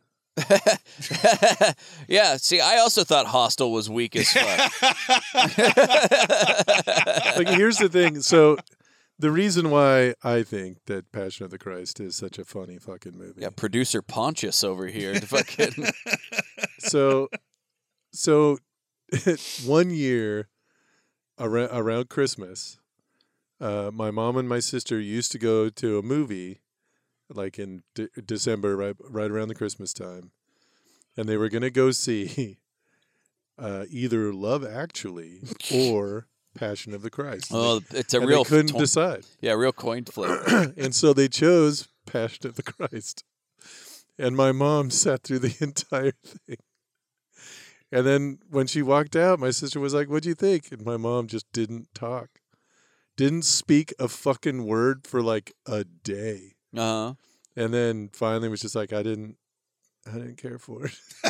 [SPEAKER 1] yeah. See, I also thought Hostel was weak as fuck. (laughs)
[SPEAKER 2] (laughs) Like here's the thing. So the reason why I think that Passion of the Christ is such a funny fucking movie.
[SPEAKER 1] yeah. Producer Pontius over here. to Fucking.
[SPEAKER 2] (laughs) so so (laughs) one year around, around christmas uh, my mom and my sister used to go to a movie like in de- december right right around the christmas time and they were going to go see (laughs) uh, either love
[SPEAKER 1] (laughs)
[SPEAKER 2] actually or passion of the christ
[SPEAKER 1] Oh, it's a
[SPEAKER 2] and
[SPEAKER 1] real.
[SPEAKER 2] they couldn't
[SPEAKER 1] to-
[SPEAKER 2] decide
[SPEAKER 1] yeah. Real coin flip.
[SPEAKER 2] (clears throat) and so they chose Passion of the Christ. And my mom sat through the (laughs) entire thing. And then when she walked out, my sister was like, What'd you think? And my mom just didn't talk, didn't speak a fucking word for like a day. (laughs)
[SPEAKER 1] Uh
[SPEAKER 2] And then finally was just like, I didn't. I didn't care for it. (laughs)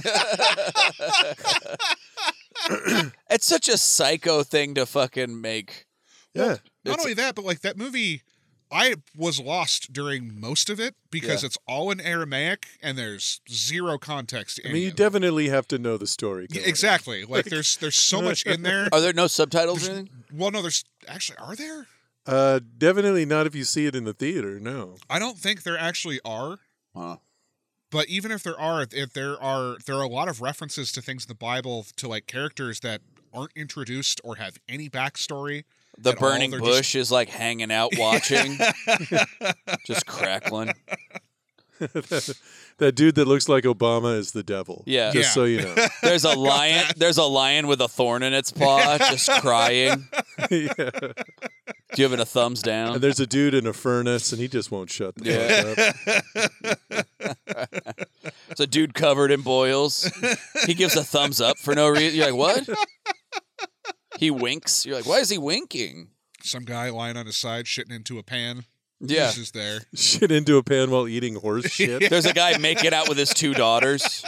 [SPEAKER 1] huh. it's such a psycho thing to fucking make.
[SPEAKER 2] Yeah,
[SPEAKER 3] Not
[SPEAKER 1] It's-
[SPEAKER 3] only that, but like that movie, I was lost during most of it because it's all in Aramaic and there's zero context. To
[SPEAKER 2] I
[SPEAKER 3] any
[SPEAKER 2] mean, you
[SPEAKER 3] of it.
[SPEAKER 2] definitely have to know the story.
[SPEAKER 3] Yeah,
[SPEAKER 2] going in.
[SPEAKER 3] exactly. Like
[SPEAKER 2] (laughs)
[SPEAKER 3] there's there's so much in there.
[SPEAKER 1] Are there no subtitles or anything?
[SPEAKER 3] Well, no, there's actually are there?
[SPEAKER 2] Uh, definitely not if you see it in the theater. No.
[SPEAKER 3] I don't think there actually are.
[SPEAKER 1] Huh.
[SPEAKER 3] But even if there are, if there are, there are a lot of references to things in the Bible to like characters that aren't introduced or have any backstory.
[SPEAKER 1] The
[SPEAKER 3] At all,
[SPEAKER 1] burning
[SPEAKER 3] they're just-
[SPEAKER 1] bush is like hanging out, watching, just crackling.
[SPEAKER 2] (laughs) that dude that looks like Obama is the devil.
[SPEAKER 1] Yeah.
[SPEAKER 2] just
[SPEAKER 3] Yeah.
[SPEAKER 2] so you know. (laughs)
[SPEAKER 1] There's a lion. There's a lion with a thorn in its paw, just crying.
[SPEAKER 2] yeah.
[SPEAKER 1] Giving a thumbs down.
[SPEAKER 2] And there's a dude in a furnace, and he just won't shut the fuck up. (laughs)
[SPEAKER 1] It's a dude covered in boils. He gives a thumbs up for no reason. You're like, what? He winks. You're like, why is he winking?
[SPEAKER 3] Some guy lying on his side shitting into a pan.
[SPEAKER 1] Yeah.
[SPEAKER 3] He's just there.
[SPEAKER 2] Shit into a pan while eating horse shit.
[SPEAKER 1] There's a guy making out with his two daughters.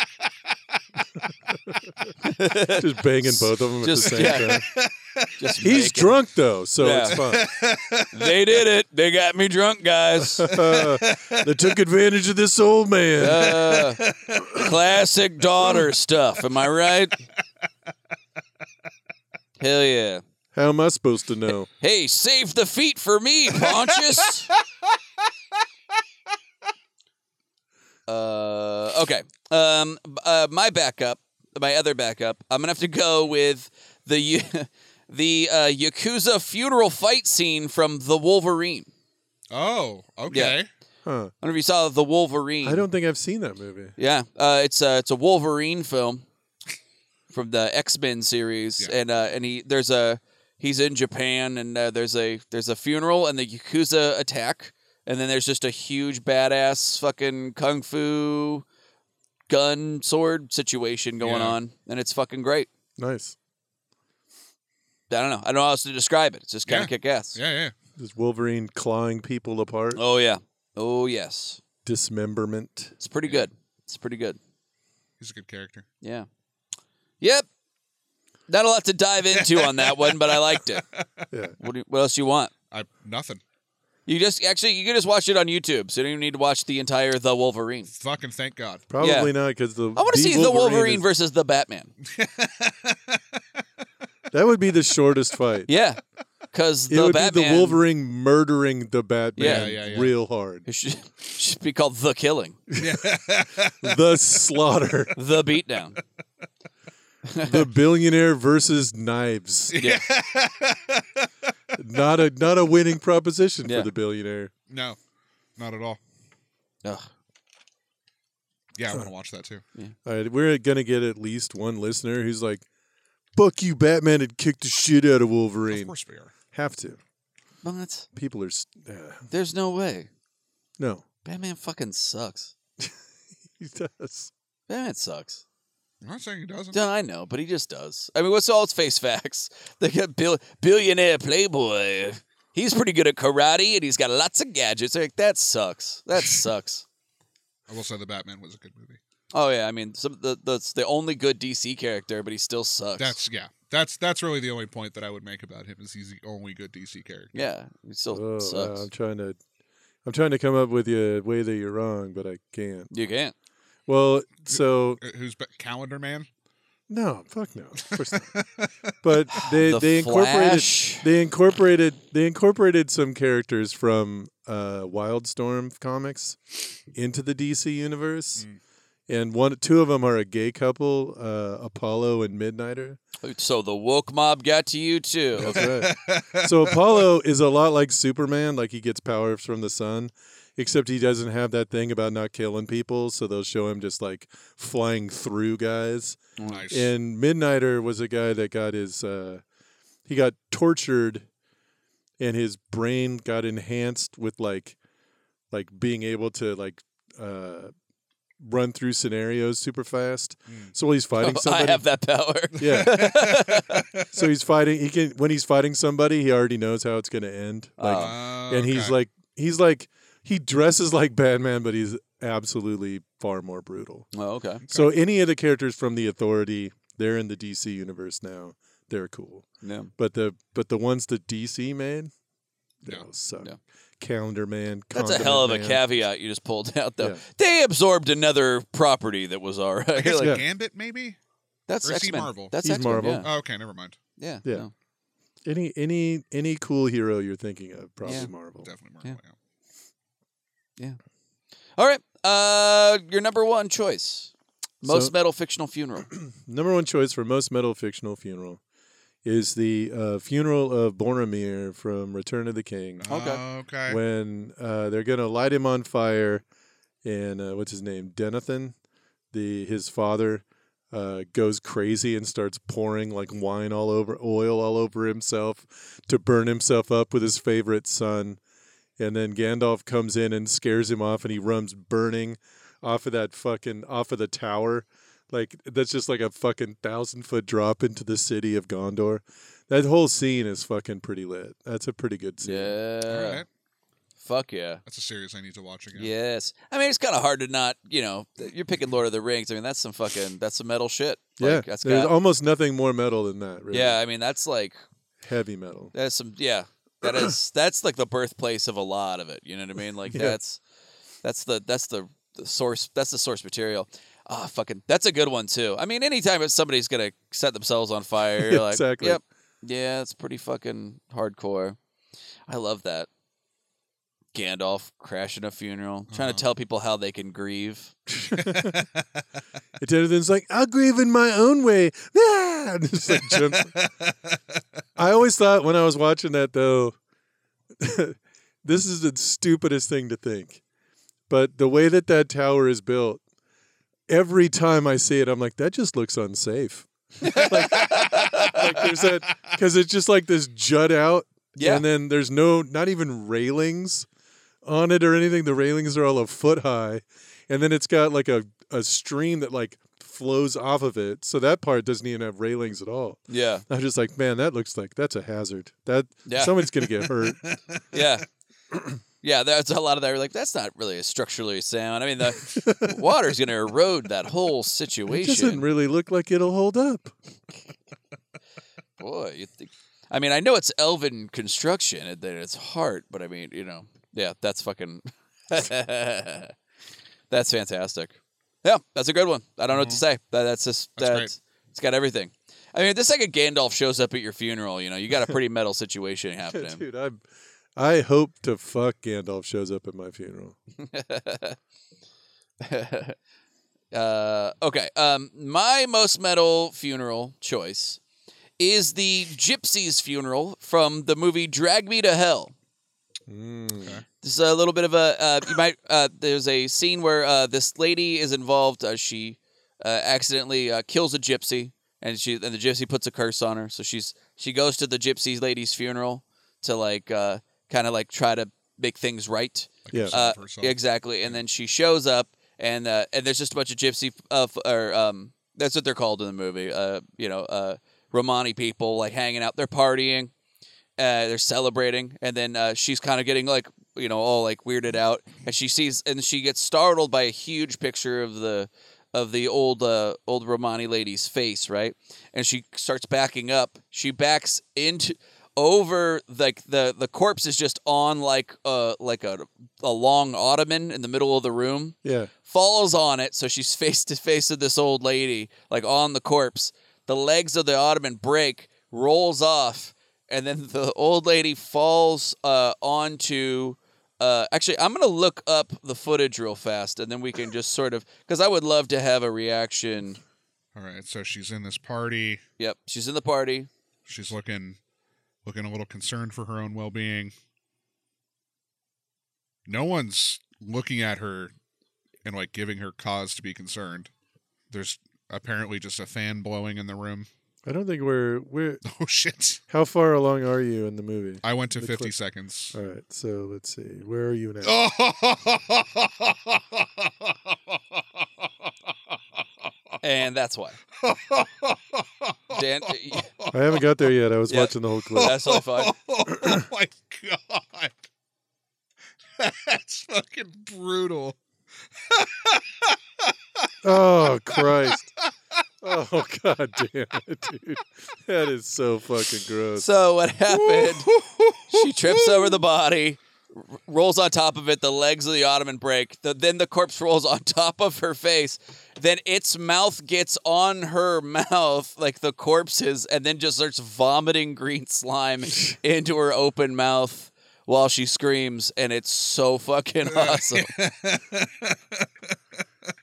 [SPEAKER 2] just banging both of them at
[SPEAKER 1] Just-
[SPEAKER 2] the same
[SPEAKER 1] yeah. (laughs)
[SPEAKER 2] time.
[SPEAKER 1] Just
[SPEAKER 2] He's
[SPEAKER 1] making-
[SPEAKER 2] drunk though, so
[SPEAKER 1] Yeah.
[SPEAKER 2] it's fun.
[SPEAKER 1] They did it. They got me drunk, guys. (laughs)
[SPEAKER 2] they took advantage of this old man.
[SPEAKER 1] Uh, classic daughter stuff. Am I right? Hell yeah.
[SPEAKER 2] How am I supposed
[SPEAKER 1] (laughs)
[SPEAKER 2] to know?
[SPEAKER 1] Hey, save the feet for me, Pontius. uh, okay. Um, b- uh, my backup, my other backup. I'm gonna have to go with the Yu- (laughs) the uh, Yakuza funeral fight scene from The Wolverine.
[SPEAKER 3] Oh, okay.
[SPEAKER 2] Huh.
[SPEAKER 1] I don't know if you saw The Wolverine.
[SPEAKER 2] I don't think I've seen that movie.
[SPEAKER 1] Yeah, uh, it's a it's a Wolverine film from the X Men series,
[SPEAKER 3] Yeah.
[SPEAKER 1] and uh, and he there's a he's in Japan, and uh, there's a there's a funeral and the yakuza attack, and then there's just a huge badass fucking kung fu gun sword situation going
[SPEAKER 3] Yeah.
[SPEAKER 1] on, and it's fucking great.
[SPEAKER 2] Nice.
[SPEAKER 1] I don't know, I don't know how else to describe it. It's just kind
[SPEAKER 3] Yeah.
[SPEAKER 1] of kick ass.
[SPEAKER 3] Yeah, yeah.
[SPEAKER 2] This Wolverine clawing people apart,
[SPEAKER 1] Oh yeah, oh yes,
[SPEAKER 2] dismemberment.
[SPEAKER 1] it's pretty good. It's pretty good.
[SPEAKER 3] He's a good character.
[SPEAKER 1] Yeah. Yep. Not a lot to dive into on that one, but I liked it.
[SPEAKER 2] (laughs) Yeah.
[SPEAKER 1] What, do you- what else you want?
[SPEAKER 3] I nothing.
[SPEAKER 1] You just actually you can just watch it on YouTube, so you don't even need to watch the entire The Wolverine.
[SPEAKER 3] Fucking thank God.
[SPEAKER 2] Probably
[SPEAKER 1] Yeah.
[SPEAKER 2] not because the
[SPEAKER 1] I want to see The Wolverine
[SPEAKER 2] is-
[SPEAKER 1] versus the Batman.
[SPEAKER 2] that would be the shortest fight.
[SPEAKER 1] Yeah, because
[SPEAKER 2] it
[SPEAKER 1] the
[SPEAKER 2] would
[SPEAKER 1] Batman
[SPEAKER 2] be the Wolverine murdering the Batman
[SPEAKER 1] Yeah,
[SPEAKER 3] yeah, yeah.
[SPEAKER 2] real hard.
[SPEAKER 1] it (laughs) should, should be called The Killing,
[SPEAKER 2] the
[SPEAKER 1] (laughs)
[SPEAKER 2] slaughter.
[SPEAKER 1] The
[SPEAKER 2] (laughs)
[SPEAKER 1] Beatdown.
[SPEAKER 2] The billionaire versus knives.
[SPEAKER 1] Yeah.
[SPEAKER 2] (laughs) Not a not a winning proposition
[SPEAKER 1] Yeah.
[SPEAKER 2] for the billionaire.
[SPEAKER 3] No, not at all.
[SPEAKER 1] Ugh.
[SPEAKER 3] Yeah, I want to watch that too.
[SPEAKER 2] All right, we're gonna get at least one listener who's like, "Fuck you, Batman!" and kick the shit out of
[SPEAKER 3] Of
[SPEAKER 2] Wolverine.
[SPEAKER 3] course we are.
[SPEAKER 2] Have to.
[SPEAKER 1] Well, that's
[SPEAKER 2] People are s- uh,
[SPEAKER 1] there's no way.
[SPEAKER 2] no. (laughs)
[SPEAKER 1] Batman fucking sucks.
[SPEAKER 2] He does.
[SPEAKER 1] Batman sucks.
[SPEAKER 3] I'm not saying he doesn't.
[SPEAKER 1] Yeah, I know, but he just does. I mean, what's all his face facts? (laughs) They got bill- billionaire playboy. He's pretty good at karate, and he's got lots of gadgets. Like that sucks. That
[SPEAKER 2] (laughs)
[SPEAKER 1] sucks.
[SPEAKER 3] I will say the Batman was a good movie.
[SPEAKER 1] Oh yeah, I mean, some, the, that's the only good DC character, but he still sucks.
[SPEAKER 3] That's yeah. That's that's really the only point that I would make about him is he's the only good DC character.
[SPEAKER 1] yeah, he still
[SPEAKER 2] Oh, wow,
[SPEAKER 1] sucks.
[SPEAKER 2] I'm trying to, I'm trying to come up with a way that you're wrong, but I can't.
[SPEAKER 1] You can't.
[SPEAKER 2] Well, so
[SPEAKER 3] Uh, Who's be- Calendar Man?
[SPEAKER 2] no, fuck no. Of course not. But they
[SPEAKER 1] The
[SPEAKER 2] they incorporated
[SPEAKER 1] Flash.
[SPEAKER 2] they incorporated they incorporated some characters from uh, Wildstorm comics into the DC universe, and one two of them are a gay couple, uh, Apollo and Midnighter.
[SPEAKER 1] So the woke mob got to you too. (laughs) Okay.
[SPEAKER 2] That's right. so Apollo is a lot like Superman, like he gets powers from the sun, except he doesn't have that thing about not killing people, so they'll show him just like flying through guys.
[SPEAKER 3] Nice.
[SPEAKER 2] And Midnighter was a guy that got his uh he got tortured and his brain got enhanced with like like being able to like uh run through scenarios super fast. So while he's
[SPEAKER 1] (laughs)
[SPEAKER 2] fighting
[SPEAKER 1] I
[SPEAKER 2] somebody
[SPEAKER 1] have that power.
[SPEAKER 2] (laughs) yeah. so he's fighting. He can when he's fighting somebody, he already knows how it's going to end. Like,
[SPEAKER 3] Oh,
[SPEAKER 2] and he's
[SPEAKER 3] okay.
[SPEAKER 2] like, he's like, he dresses like Batman, but he's absolutely far more brutal.
[SPEAKER 1] (laughs) Oh, okay.
[SPEAKER 2] So any of the characters from the Authority, they're in the DC universe now. They're cool,
[SPEAKER 1] Yeah.
[SPEAKER 2] but the but the ones that DC made, they
[SPEAKER 3] No.
[SPEAKER 2] all suck.
[SPEAKER 1] No.
[SPEAKER 2] Calendar Man.
[SPEAKER 1] That's a
[SPEAKER 2] Condiment
[SPEAKER 1] hell of a
[SPEAKER 2] Man.
[SPEAKER 1] caveat you just pulled out, though.
[SPEAKER 2] Yeah.
[SPEAKER 1] They absorbed another property that was all
[SPEAKER 3] I
[SPEAKER 1] right. (laughs)
[SPEAKER 3] guess
[SPEAKER 1] Like,
[SPEAKER 2] Yeah.
[SPEAKER 3] Gambit maybe.
[SPEAKER 1] That's
[SPEAKER 3] Or is he
[SPEAKER 1] X-Men.
[SPEAKER 3] Marvel?
[SPEAKER 1] That's
[SPEAKER 2] He's
[SPEAKER 1] X-Men,
[SPEAKER 2] Marvel.
[SPEAKER 1] Yeah.
[SPEAKER 3] Oh, okay, never mind.
[SPEAKER 1] yeah.
[SPEAKER 2] Yeah.
[SPEAKER 1] no.
[SPEAKER 2] Any any any cool hero you're thinking of? Probably
[SPEAKER 1] Yeah.
[SPEAKER 2] Marvel.
[SPEAKER 3] Definitely
[SPEAKER 1] Yeah.
[SPEAKER 3] Marvel. Yeah.
[SPEAKER 1] All right. Uh, your number one choice. Most
[SPEAKER 2] So-
[SPEAKER 1] metal fictional
[SPEAKER 2] (clears throat)
[SPEAKER 1] funeral.
[SPEAKER 2] number one choice for most metal fictional funeral is the uh, funeral of Boromir from Return of the King,
[SPEAKER 1] Okay.
[SPEAKER 3] Okay.
[SPEAKER 2] when uh, they're gonna light him on fire, and uh, what's his name, Denethor, the his father, uh, goes crazy and starts pouring like wine all over, oil all over himself to burn himself up with his favorite son. And then Gandalf comes in and scares him off, and he runs burning off of that fucking off of the tower. Like that's just like a fucking thousand foot drop into the city of Gondor. That whole scene is fucking pretty lit. That's a pretty good scene.
[SPEAKER 1] Yeah.
[SPEAKER 3] All right.
[SPEAKER 1] Fuck yeah.
[SPEAKER 3] That's a series I need to watch again.
[SPEAKER 1] Yes. I mean, it's kind of hard to not, you know, th- you're picking Lord of the Rings. I mean, that's some fucking, that's some metal shit.
[SPEAKER 2] yeah,
[SPEAKER 1] Like, that's
[SPEAKER 2] there's
[SPEAKER 1] got,
[SPEAKER 2] almost nothing more metal than that. Really.
[SPEAKER 1] yeah. I mean, that's like,
[SPEAKER 2] heavy metal.
[SPEAKER 1] that's some, yeah. That is, that's like the birthplace of a lot of it. You know what I mean? Like,
[SPEAKER 2] Yeah.
[SPEAKER 1] that's, that's the, that's the, the source, that's the source material. Ah, fucking, that's a good one too. I mean, anytime that somebody's going to set themselves on fire, you're like,
[SPEAKER 2] Exactly.
[SPEAKER 1] yep. Yeah, it's pretty fucking hardcore. I love that. Gandalf crashing a funeral, trying to
[SPEAKER 3] Uh-huh.
[SPEAKER 1] tell people how they can grieve.
[SPEAKER 2] And Jonathan's like, I'll grieve in my own way. Ah! And just, like, jumps. I always thought when I was watching that, though, (laughs) this is the stupidest thing to think. But the way that that tower is built, every time I see it, I'm like, that just looks unsafe. (laughs) like, like there's that because it's just like this jut out,
[SPEAKER 1] Yeah.
[SPEAKER 2] and then there's no not even railings on it or anything. The railings are all a foot high, and then it's got like a a stream that like flows off of it. So that part doesn't even have railings at all.
[SPEAKER 1] Yeah,
[SPEAKER 2] I'm just like, man, that looks like that's a hazard. That
[SPEAKER 1] Yeah.
[SPEAKER 2] someone's gonna
[SPEAKER 1] (laughs)
[SPEAKER 2] get hurt.
[SPEAKER 1] yeah, yeah. That's a lot of that. You're like, that's not really structurally sound. I mean, the water's going to erode that whole
[SPEAKER 2] it doesn't
[SPEAKER 1] situation.
[SPEAKER 2] really look like it'll hold up.
[SPEAKER 1] Boy, you think? I mean, I know it's elven construction at that its heart, but I mean, you know, yeah, that's fucking. (laughs) that's fantastic. Yeah, that's a good one. I don't know what to say. That, that's just
[SPEAKER 3] That's
[SPEAKER 1] that's,
[SPEAKER 3] great.
[SPEAKER 1] it's got everything. I mean, this second Gandalf shows up at your funeral, you know, you got a pretty metal situation happening.
[SPEAKER 2] Dude, I'm I hope to fuck Gandalf shows up at my funeral.
[SPEAKER 1] uh, okay. Um, my most metal funeral choice is the gypsies funeral from the movie Drag Me to Hell.
[SPEAKER 2] Mm.
[SPEAKER 1] This is a little bit of a uh, you might uh, there's a scene where uh, this lady is involved. Uh, she uh, accidentally uh, kills a gypsy, and she and the gypsy puts a curse on her. So she's she goes to the gypsy lady's funeral to like uh, kind of like try to make things right.
[SPEAKER 2] Yeah.
[SPEAKER 1] Uh,
[SPEAKER 3] for herself.
[SPEAKER 1] exactly. And then she shows up, and uh, and there's just a bunch of gypsy, uh, f- or um, that's what they're called in the movie. Uh, you know, uh, Romani people like hanging out, they're partying, uh, they're celebrating, and then uh, she's kind of getting like you know all like weirded out, and she sees and she gets startled by a huge picture of the of the old uh, old Romani lady's face, right? And she starts backing up. She backs into over like the the corpse is just on like uh like a a long ottoman in the middle of the room.
[SPEAKER 2] Yeah.
[SPEAKER 1] Falls on it, so she's (laughs) face to face with this old lady, like on the corpse. The legs of the ottoman break, rolls off, and then the old lady falls uh, onto. Uh, actually, I'm gonna look up the footage real fast, and then we can just sort of because I would love to have a reaction.
[SPEAKER 3] All right. So she's in this party.
[SPEAKER 1] Yep, she's in the party.
[SPEAKER 3] She's looking, looking a little concerned for her own well-being. No one's looking at her and like giving her cause to be concerned. There's apparently just a fan blowing in the room. (laughs)
[SPEAKER 2] I don't think we're we're
[SPEAKER 3] Oh shit!
[SPEAKER 2] how far along are you in the movie?
[SPEAKER 3] I went to
[SPEAKER 2] The
[SPEAKER 3] fifty
[SPEAKER 2] clip.
[SPEAKER 3] seconds. Oh!
[SPEAKER 2] All right, so let's see. Where are you now?
[SPEAKER 3] (laughs)
[SPEAKER 1] and that's why. Dan,
[SPEAKER 2] I haven't got there yet. I was
[SPEAKER 1] Oh. Yeah.
[SPEAKER 2] watching the whole clip.
[SPEAKER 1] that's totally fine.
[SPEAKER 3] (laughs) Oh my god. That's fucking brutal.
[SPEAKER 2] Oh Christ! (laughs) Oh God damn it, dude! That is so fucking gross.
[SPEAKER 1] So what happened? she trips over the body, r- rolls on top of it. The legs of the ottoman break. The, then the corpse (laughs) rolls on top of her face. Then its mouth gets on her mouth, like the corpse's, and then just starts vomiting green slime into her open mouth while she screams. And it's so fucking awesome.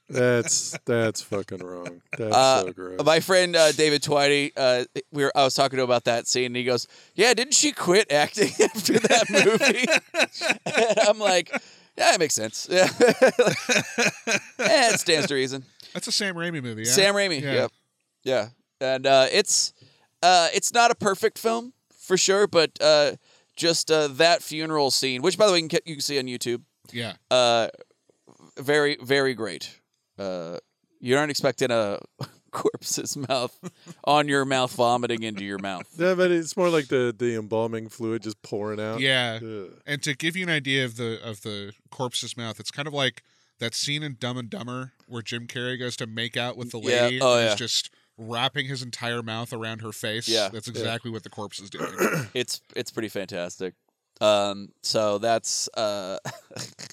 [SPEAKER 2] That's that's fucking wrong. That's
[SPEAKER 1] Uh,
[SPEAKER 2] so gross.
[SPEAKER 1] My friend uh, David Twitey, uh, we were, I was talking to him about that scene, and he goes, "Yeah, didn't she quit acting (laughs) after that movie?" (laughs) and I'm like, "Yeah, it makes sense. Yeah, Eh, it stands to reason."
[SPEAKER 3] That's a Sam Raimi movie. Yeah?
[SPEAKER 1] Sam Raimi.
[SPEAKER 3] Yeah.
[SPEAKER 1] Yep. Yeah. And uh, it's uh, it's not a perfect film for sure, but uh, just uh, that funeral scene, which by the way you can, you can see on YouTube,
[SPEAKER 3] Yeah.
[SPEAKER 1] uh, very very great. Uh, you aren't expecting a (laughs) corpse's mouth on your mouth vomiting into your mouth.
[SPEAKER 2] (laughs) Yeah, but it's more like the the embalming fluid just pouring out.
[SPEAKER 3] Yeah.
[SPEAKER 2] Ugh.
[SPEAKER 3] And to give you an idea of the of the corpse's mouth, it's kind of like that scene in Dumb and Dumber where Jim Carrey goes to make out with the
[SPEAKER 1] Yeah.
[SPEAKER 3] lady
[SPEAKER 1] Oh,
[SPEAKER 3] and
[SPEAKER 1] yeah.
[SPEAKER 3] he's just wrapping his entire mouth around her face.
[SPEAKER 1] Yeah.
[SPEAKER 3] That's exactly what the corpse
[SPEAKER 1] (clears throat)
[SPEAKER 3] is doing.
[SPEAKER 1] it's it's pretty fantastic. Um, so that's uh, (laughs)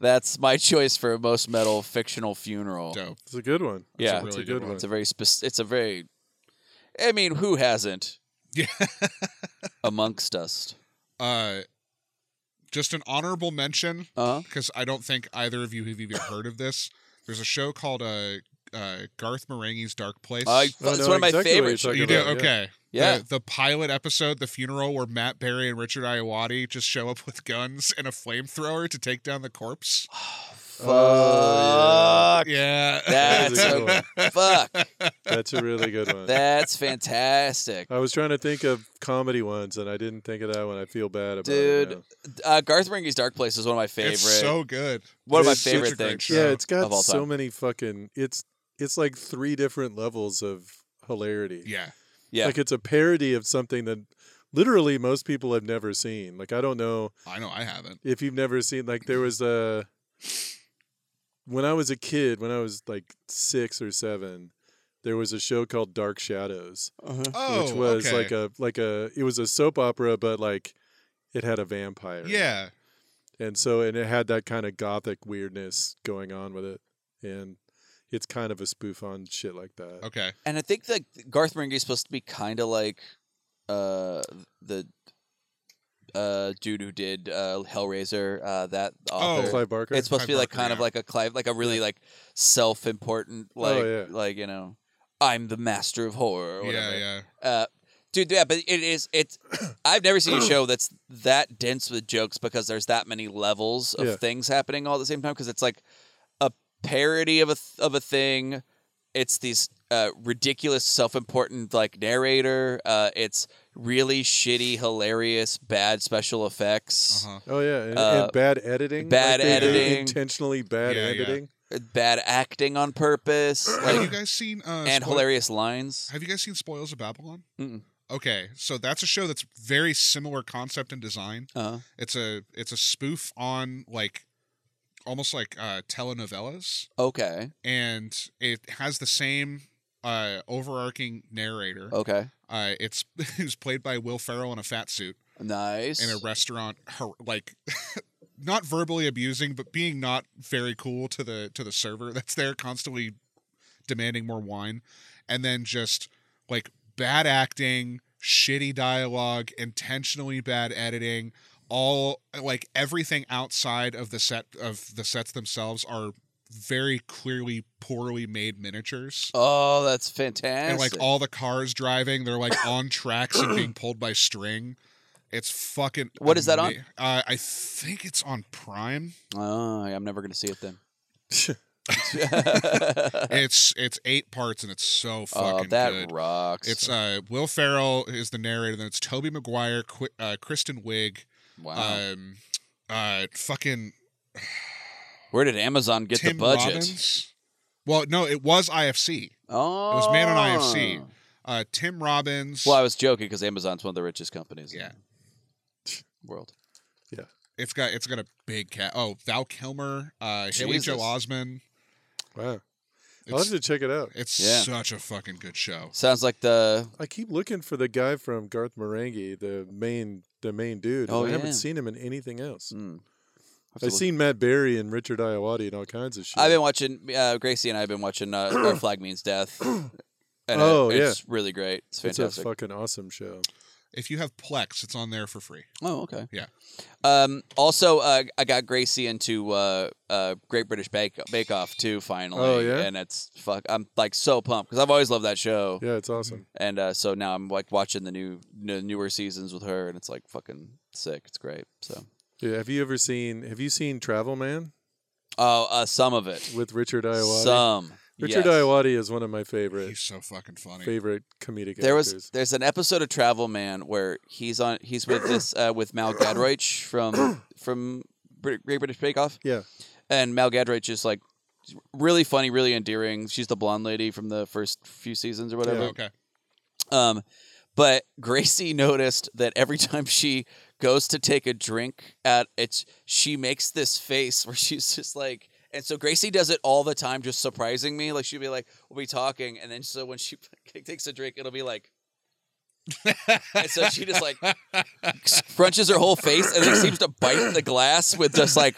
[SPEAKER 1] that's my choice for most metal fictional funeral.
[SPEAKER 3] Dope.
[SPEAKER 2] It's a good one.
[SPEAKER 1] Yeah.
[SPEAKER 2] it's
[SPEAKER 3] That's
[SPEAKER 2] a
[SPEAKER 3] a really
[SPEAKER 2] good
[SPEAKER 3] good
[SPEAKER 2] one.
[SPEAKER 1] It's a very spec- it's a very I mean, who hasn't
[SPEAKER 3] Yeah.
[SPEAKER 1] amongst us?
[SPEAKER 3] Uh just an honorable mention
[SPEAKER 1] Uh-huh.
[SPEAKER 3] because I don't think either of you have even heard of this. There's a show called uh, uh Garth Marenghi's Dark Place.
[SPEAKER 1] I-
[SPEAKER 2] I
[SPEAKER 1] it's
[SPEAKER 2] know
[SPEAKER 1] one of my
[SPEAKER 2] exactly what
[SPEAKER 1] favorite
[SPEAKER 2] you're talking
[SPEAKER 3] you do
[SPEAKER 2] about, yeah.
[SPEAKER 3] okay.
[SPEAKER 1] Yeah.
[SPEAKER 3] The, the pilot episode, the funeral where Matt Berry and Richard Iowati just show up with guns and a flamethrower to take down the corpse.
[SPEAKER 1] Fuck.
[SPEAKER 2] Oh,
[SPEAKER 3] (laughs) Yeah.
[SPEAKER 1] That's
[SPEAKER 2] That's a good
[SPEAKER 1] a, fuck.
[SPEAKER 2] That's a really good one.
[SPEAKER 1] That's
[SPEAKER 3] (laughs)
[SPEAKER 1] fantastic.
[SPEAKER 2] I was trying to think of comedy ones, and I didn't think of that one. I feel bad about it.
[SPEAKER 1] Dude,
[SPEAKER 2] now.
[SPEAKER 1] Uh, Garth Marenghi's Dark Place is one of my favorite.
[SPEAKER 3] (laughs) It's so good.
[SPEAKER 1] one of my
[SPEAKER 3] it's such a
[SPEAKER 1] favorite
[SPEAKER 3] great
[SPEAKER 1] things.
[SPEAKER 3] show.
[SPEAKER 2] Yeah, it's got
[SPEAKER 1] of all
[SPEAKER 2] so
[SPEAKER 1] time.
[SPEAKER 2] many fucking. It's it's like three different levels of hilarity.
[SPEAKER 3] Yeah.
[SPEAKER 1] Yeah.
[SPEAKER 2] like it's a parody of something that literally most people have never seen. Like I don't know
[SPEAKER 3] I know I haven't.
[SPEAKER 2] if you've never seen. Like there was a when I was a kid, when I was like six or seven, there was a show called Dark Shadows,
[SPEAKER 3] Oh,
[SPEAKER 2] which was
[SPEAKER 3] okay.
[SPEAKER 2] like a like a it was a soap opera, but like it had a vampire. in it.
[SPEAKER 3] Yeah.
[SPEAKER 2] and so and it had that kind of gothic weirdness going on with it and it's kind of a spoof on shit like that
[SPEAKER 3] Okay.
[SPEAKER 1] And I think that Garth Marenghi's supposed to be kind of like uh, the uh, dude who did uh, Hellraiser. Uh, that author.
[SPEAKER 2] clive barker
[SPEAKER 1] It's supposed to be
[SPEAKER 3] Oh, Clive
[SPEAKER 1] like
[SPEAKER 3] Barker,
[SPEAKER 1] kind of
[SPEAKER 3] yeah. Oh,
[SPEAKER 1] like a Clive, like a really like self-important, like
[SPEAKER 2] yeah.
[SPEAKER 1] like you know, I'm the master of horror. Or whatever.
[SPEAKER 3] Yeah, yeah.
[SPEAKER 1] Uh, dude, yeah, but it is. It's (coughs) I've never seen a show that's that dense with jokes because there's that many levels of
[SPEAKER 2] Yeah.
[SPEAKER 1] things happening all at the same time. Because it's like a parody of a th- of a thing. It's these uh, ridiculous, self-important like narrator. Uh, it's really shitty, hilarious, bad special effects.
[SPEAKER 3] Uh-huh.
[SPEAKER 2] oh yeah and,
[SPEAKER 1] uh,
[SPEAKER 2] and bad editing
[SPEAKER 1] bad
[SPEAKER 2] they- they
[SPEAKER 1] editing.
[SPEAKER 2] intentionally bad
[SPEAKER 3] Yeah, yeah.
[SPEAKER 2] editing
[SPEAKER 1] bad acting on
[SPEAKER 3] (coughs)
[SPEAKER 1] purpose
[SPEAKER 3] Have Uh-huh. you
[SPEAKER 1] like,
[SPEAKER 3] guys seen uh
[SPEAKER 1] and
[SPEAKER 3] Spoil-
[SPEAKER 1] hilarious lines.
[SPEAKER 3] Have you guys seen Spoils of Babylon?
[SPEAKER 1] Mm-mm.
[SPEAKER 3] Okay, so that's a show that's very similar concept and design.
[SPEAKER 1] Uh,
[SPEAKER 3] It's a it's a spoof on like almost like uh telenovelas
[SPEAKER 1] okay,
[SPEAKER 3] and it has the same uh overarching narrator.
[SPEAKER 1] okay,
[SPEAKER 3] Uh it's (laughs) who's played by Will Ferrell in a fat suit
[SPEAKER 1] nice.
[SPEAKER 3] in a restaurant har- like (laughs) not verbally abusing but being not very cool to the to the server that's there constantly demanding more wine and then just like bad acting shitty dialogue intentionally bad editing all like everything outside of the set of the sets themselves are very clearly poorly made miniatures
[SPEAKER 1] oh, that's fantastic.
[SPEAKER 3] and like all the cars driving they're like on tracks
[SPEAKER 1] (clears throat)
[SPEAKER 3] and being pulled by string it's fucking
[SPEAKER 1] What is that on?
[SPEAKER 3] ama- uh, i think it's on prime
[SPEAKER 1] Oh, I'm never gonna see it
[SPEAKER 3] (laughs)
[SPEAKER 1] then. (laughs)
[SPEAKER 3] it's it's eight parts and it's so fucking
[SPEAKER 1] Uh, oh, that
[SPEAKER 3] good
[SPEAKER 1] rocks.
[SPEAKER 3] it's uh will farrell is the narrator then it's toby mcguire Qu- uh, kristen wig
[SPEAKER 1] wow.
[SPEAKER 3] um uh fucking
[SPEAKER 1] Where did Amazon get
[SPEAKER 3] tim
[SPEAKER 1] the budget?
[SPEAKER 3] robbins well no it was ifc
[SPEAKER 1] Oh,
[SPEAKER 3] was made on IFC. uh tim robbins
[SPEAKER 1] Well, I was joking because Amazon's one of the richest companies.
[SPEAKER 3] Yeah.
[SPEAKER 1] in the world.
[SPEAKER 3] it's got it's got a big cat oh val kilmer uh haley
[SPEAKER 1] Jesus.
[SPEAKER 3] joe osmond
[SPEAKER 2] wow i'll have
[SPEAKER 3] It's-
[SPEAKER 2] to check it out
[SPEAKER 3] It's
[SPEAKER 1] Yeah.
[SPEAKER 3] such a fucking good show.
[SPEAKER 1] Sounds like the
[SPEAKER 2] i keep looking for the guy from garth marenghi the main the main dude and
[SPEAKER 1] Oh,
[SPEAKER 2] i haven't
[SPEAKER 1] yeah.
[SPEAKER 2] seen him in anything else
[SPEAKER 1] mm, Have to
[SPEAKER 2] i've
[SPEAKER 1] look-
[SPEAKER 2] seen matt berry and richard iowati and all kinds of shit
[SPEAKER 1] I've been watching uh, Gracie and I've been watching uh,
[SPEAKER 2] (coughs)
[SPEAKER 1] Our Flag Means Death. And
[SPEAKER 2] Oh,
[SPEAKER 1] it,
[SPEAKER 2] yeah.
[SPEAKER 1] it's really great. It's
[SPEAKER 2] it's
[SPEAKER 1] fantastic.
[SPEAKER 2] a fucking awesome show
[SPEAKER 3] If you have Plex, it's on there for free.
[SPEAKER 1] Oh, okay.
[SPEAKER 3] Yeah.
[SPEAKER 1] Um, also, uh, I got Gracie into uh, uh, Great British Bake Bake Off too. Finally.
[SPEAKER 2] Oh, yeah?
[SPEAKER 1] And it's fuck. I'm like so pumped because I've always loved that show.
[SPEAKER 2] yeah
[SPEAKER 3] Mm-hmm.
[SPEAKER 2] it's awesome
[SPEAKER 1] And uh, so now I'm like watching the new the newer seasons with her, and it's like fucking sick. It's great. So,
[SPEAKER 2] yeah, have you ever seen have you seen travel man
[SPEAKER 1] oh, uh, some of it,
[SPEAKER 2] with richard iowati
[SPEAKER 1] some.
[SPEAKER 2] Richard
[SPEAKER 1] Yes.
[SPEAKER 2] Iowati is one of my favorite
[SPEAKER 3] He's so fucking funny.
[SPEAKER 2] favorite comedic
[SPEAKER 1] There
[SPEAKER 2] actors.
[SPEAKER 1] was there's an episode of Travel Man where he's on he's with this uh, with Mal Gadroich
[SPEAKER 2] (coughs)
[SPEAKER 1] from from Brit- Great British Bake Off.
[SPEAKER 2] Yeah.
[SPEAKER 1] and Mal Gadroich is like really funny, really endearing. She's the blonde lady from the first few seasons or whatever.
[SPEAKER 2] Yeah.
[SPEAKER 3] Okay.
[SPEAKER 1] Um, but Gracie (laughs) noticed that every time she goes to take a drink at it's she makes this face where (laughs) she's just like and so Gracie does it all the time, just surprising me. Like she'll be like, we'll be talking, and then so when she (laughs) takes a drink, it'll be like and so she just like crunches her whole face and then seems to bite the glass with just like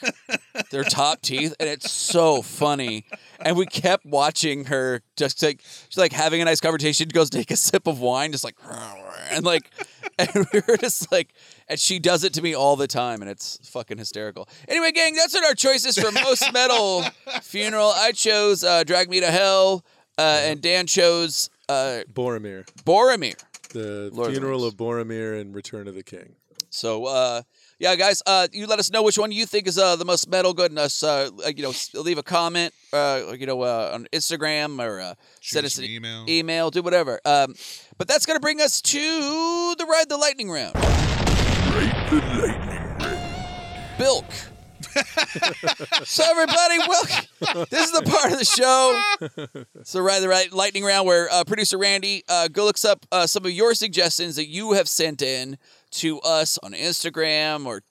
[SPEAKER 1] their top teeth and it's so funny and we kept watching her just like she's like having a nice conversation she goes to take a sip of wine just like (laughs) and like (laughs) and we were just like and she does it to me all the time and it's fucking hysterical anyway gang that's what our choices for most metal funeral i chose uh, drag me to hell uh, and dan chose uh,
[SPEAKER 2] Boromir,
[SPEAKER 1] boromir
[SPEAKER 2] the
[SPEAKER 1] Lord of the
[SPEAKER 2] funeral
[SPEAKER 1] Rings.
[SPEAKER 2] of Boromir and Return of the King.
[SPEAKER 1] So, uh, yeah, guys, uh, you let us know which one you think is uh, the most metal. Goodness, uh, uh, you know, s- leave a comment, uh, you know, uh, on Instagram or uh,
[SPEAKER 3] Shoot
[SPEAKER 1] send
[SPEAKER 3] us
[SPEAKER 1] us an
[SPEAKER 3] an email.
[SPEAKER 1] email, do whatever. Um, but that's gonna bring us to the ride the lightning round.
[SPEAKER 4] The lightning.
[SPEAKER 1] Bilk. (laughs) so everybody, welcome. This is the part of the show. So right, the right lightning round where uh, producer Randy uh, go looks up uh, some of your suggestions that you have sent in to us on Instagram or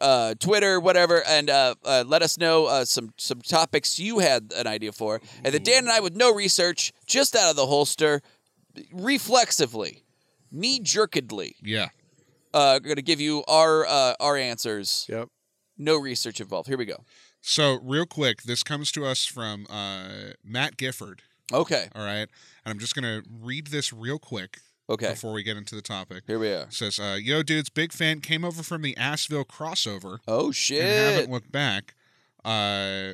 [SPEAKER 1] uh, Twitter, whatever, and uh, uh, let us know uh, some some topics you had an idea for, and then Dan and I, with no research, just out of the holster, reflexively, knee jerkedly,
[SPEAKER 3] Yeah.
[SPEAKER 1] uh, going to give you our uh, our answers
[SPEAKER 2] Yep.
[SPEAKER 1] no research involved. Here we go.
[SPEAKER 3] So real quick, this comes to us from uh, Matt Gifford.
[SPEAKER 1] Okay.
[SPEAKER 3] All right, and I'm just gonna read this real quick
[SPEAKER 1] Okay.
[SPEAKER 3] before we get into the topic.
[SPEAKER 1] Here we are.
[SPEAKER 3] It says, uh, "Yo, dudes, big fan. Came over from the Asheville crossover
[SPEAKER 1] Oh
[SPEAKER 3] and haven't
[SPEAKER 1] shit.
[SPEAKER 3] looked back. Uh,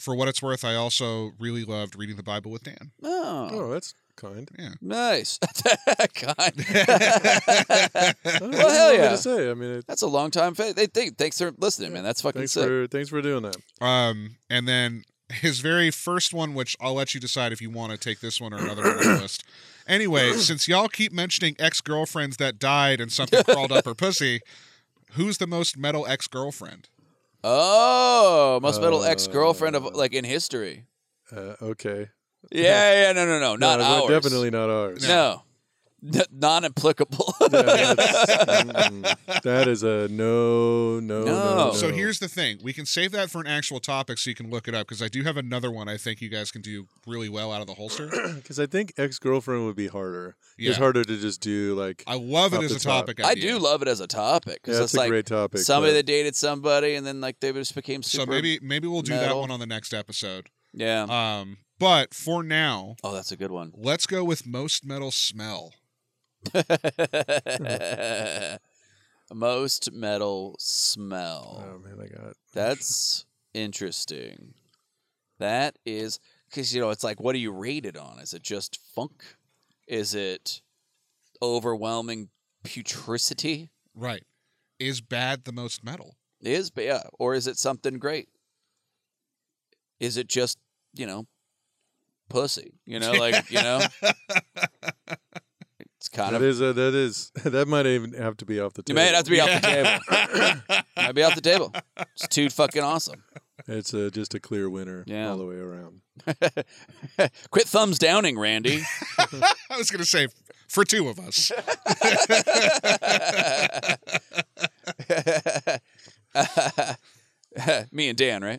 [SPEAKER 3] for what it's worth, I also really loved reading the Bible with Dan.
[SPEAKER 1] Oh,
[SPEAKER 2] Oh, that's
[SPEAKER 1] (laughs)
[SPEAKER 2] kind.
[SPEAKER 1] nice.
[SPEAKER 2] (laughs)
[SPEAKER 1] God.
[SPEAKER 2] I don't know
[SPEAKER 1] Well,
[SPEAKER 2] what
[SPEAKER 1] hell
[SPEAKER 2] you want me
[SPEAKER 1] yeah.
[SPEAKER 2] To say, I mean, it,
[SPEAKER 1] That's a long time. Fa- they think. Thanks for listening, man. That's fucking
[SPEAKER 2] thanks
[SPEAKER 1] sick.
[SPEAKER 2] for thanks for doing that.
[SPEAKER 3] Um, and then his very first one, which I'll let you decide if you want to take this one or another one on the list.
[SPEAKER 1] (clears throat)
[SPEAKER 3] Anyway, since y'all keep mentioning ex girlfriends that died and something crawled up her pussy, who's the most metal ex girlfriend?
[SPEAKER 1] oh, most metal
[SPEAKER 2] Uh,
[SPEAKER 1] ex girlfriend of like in
[SPEAKER 2] (laughs)
[SPEAKER 1] history.
[SPEAKER 2] Uh, okay.
[SPEAKER 1] Yeah. Yeah. No. No. No. Not
[SPEAKER 2] no,
[SPEAKER 1] ours.
[SPEAKER 2] Definitely not ours. (laughs)
[SPEAKER 1] No. (laughs) N- non-applicable. (laughs)
[SPEAKER 2] Yeah, that's- mm, that is a no, no, no.
[SPEAKER 1] No.
[SPEAKER 2] no.
[SPEAKER 3] So here's the thing we can save that for an actual topic so you can look it up because I do have another one I think you guys can do really well out of the holster.
[SPEAKER 2] because I think ex girlfriend would be harder.
[SPEAKER 3] Yeah.
[SPEAKER 2] It's harder to just do like.
[SPEAKER 3] I love
[SPEAKER 2] Off
[SPEAKER 3] it as
[SPEAKER 2] the
[SPEAKER 3] a
[SPEAKER 2] top.
[SPEAKER 3] topic.
[SPEAKER 1] I
[SPEAKER 3] idea.
[SPEAKER 1] do love it as a topic because
[SPEAKER 2] Yeah,
[SPEAKER 1] it's
[SPEAKER 2] that's a
[SPEAKER 1] like
[SPEAKER 2] great topic,
[SPEAKER 1] somebody
[SPEAKER 2] but-
[SPEAKER 1] that dated somebody and then like they just became super.
[SPEAKER 3] So maybe maybe we'll do that
[SPEAKER 1] metal.
[SPEAKER 3] one on the next episode.
[SPEAKER 1] Yeah.
[SPEAKER 3] Um, but for now,
[SPEAKER 1] oh, that's a good
[SPEAKER 2] (laughs)
[SPEAKER 1] one. (laughs)
[SPEAKER 3] let's go with most metal smell.
[SPEAKER 1] Most metal smell.
[SPEAKER 2] Oh man, I got.
[SPEAKER 1] That's interesting. That is because you know it's like, what do you rate it on? Is it just funk? Is it overwhelming putricity?
[SPEAKER 3] Right. Is bad the most metal? (laughs)
[SPEAKER 1] Is but yeah, or is it something great? Is it just you know, pussy? You know, like you know, it's kind
[SPEAKER 2] That
[SPEAKER 1] of
[SPEAKER 2] is a, that is (laughs) that might even have to be off the.
[SPEAKER 1] You
[SPEAKER 2] Table.
[SPEAKER 1] may have to be off the table. Might be off the table. It's too fucking awesome.
[SPEAKER 2] (laughs)
[SPEAKER 1] (laughs)
[SPEAKER 2] It's a, just a clear winner
[SPEAKER 1] Yeah.
[SPEAKER 2] all the way around.
[SPEAKER 1] Quit thumbs downing, Randy.
[SPEAKER 3] I was going to say for two
[SPEAKER 2] (laughs)
[SPEAKER 3] of us.
[SPEAKER 1] (laughs) Me and Dan, right?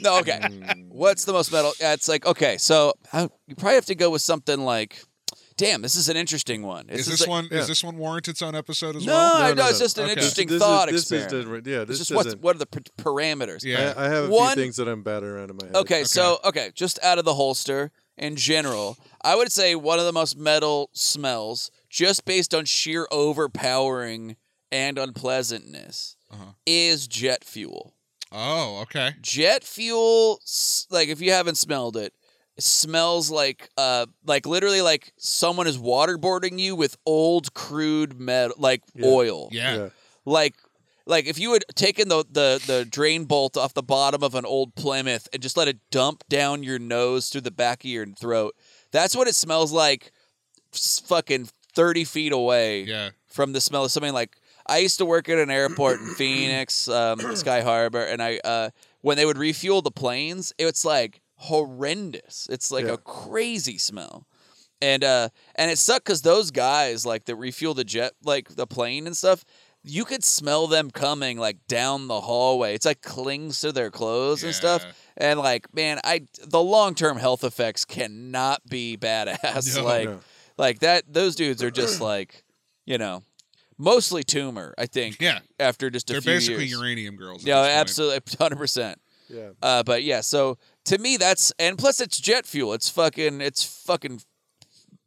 [SPEAKER 1] no, okay. What's the most metal? Yeah, it's like okay, so I, you probably have to go with something like, damn, this is an interesting one. It's
[SPEAKER 3] Is
[SPEAKER 1] just
[SPEAKER 3] this
[SPEAKER 1] like-
[SPEAKER 3] one
[SPEAKER 2] yeah.
[SPEAKER 3] is this one warrant its own episode as
[SPEAKER 1] No,
[SPEAKER 3] well?
[SPEAKER 1] no,
[SPEAKER 2] No, no,
[SPEAKER 1] it's
[SPEAKER 2] no.
[SPEAKER 1] just an
[SPEAKER 3] Okay.
[SPEAKER 1] interesting
[SPEAKER 2] This is-
[SPEAKER 1] thought
[SPEAKER 2] this is
[SPEAKER 1] experiment.
[SPEAKER 2] different. Yeah,
[SPEAKER 1] It's
[SPEAKER 2] this
[SPEAKER 1] just what's,
[SPEAKER 2] doesn't-
[SPEAKER 1] what are the p- parameters?
[SPEAKER 3] Yeah.
[SPEAKER 2] I, I have a
[SPEAKER 1] One-
[SPEAKER 2] few things that I'm batting around in my head.
[SPEAKER 1] Okay, so okay, just out of the holster in general, I would say one of the most metal smells, just based on sheer overpowering and unpleasantness,
[SPEAKER 3] Uh-huh.
[SPEAKER 1] is jet fuel.
[SPEAKER 3] Oh, okay.
[SPEAKER 1] Jet fuel, s- like if you haven't smelled it, it smells like uh, like literally like someone is waterboarding you with old crude metal, like
[SPEAKER 2] Yeah.
[SPEAKER 1] oil,
[SPEAKER 3] Yeah.
[SPEAKER 1] like Like if you had taken the, the the drain bolt off the bottom of an old Plymouth and just let it dump down your nose through the back of your throat, that's what it smells like. s- Fucking thirty feet away
[SPEAKER 3] Yeah.
[SPEAKER 1] from the smell of something like I used to work at an airport in Phoenix, um, Sky Harbor, and I uh, when they would refuel the planes, it's like horrendous. It's like
[SPEAKER 2] Yeah.
[SPEAKER 1] a crazy smell, and uh, and it sucked because those guys like that refuel the jet, like the plane and stuff. You could smell them coming like down the hallway. It's like clings to their clothes and stuff.
[SPEAKER 3] Yeah.
[SPEAKER 1] And like, man, I the long term health effects cannot be badass.
[SPEAKER 3] No.
[SPEAKER 1] like,
[SPEAKER 2] No.
[SPEAKER 1] like that. Those dudes are just like, you know, mostly tumor. I think.
[SPEAKER 3] Yeah.
[SPEAKER 1] After just a
[SPEAKER 3] They're
[SPEAKER 1] few
[SPEAKER 3] basically
[SPEAKER 1] years.
[SPEAKER 3] uranium girls. at
[SPEAKER 1] Yeah,
[SPEAKER 3] this point.
[SPEAKER 1] absolutely, (laughs) hundred percent.
[SPEAKER 2] Yeah.
[SPEAKER 1] Uh, but yeah, so to me, that's and plus it's jet fuel. It's fucking, it's fucking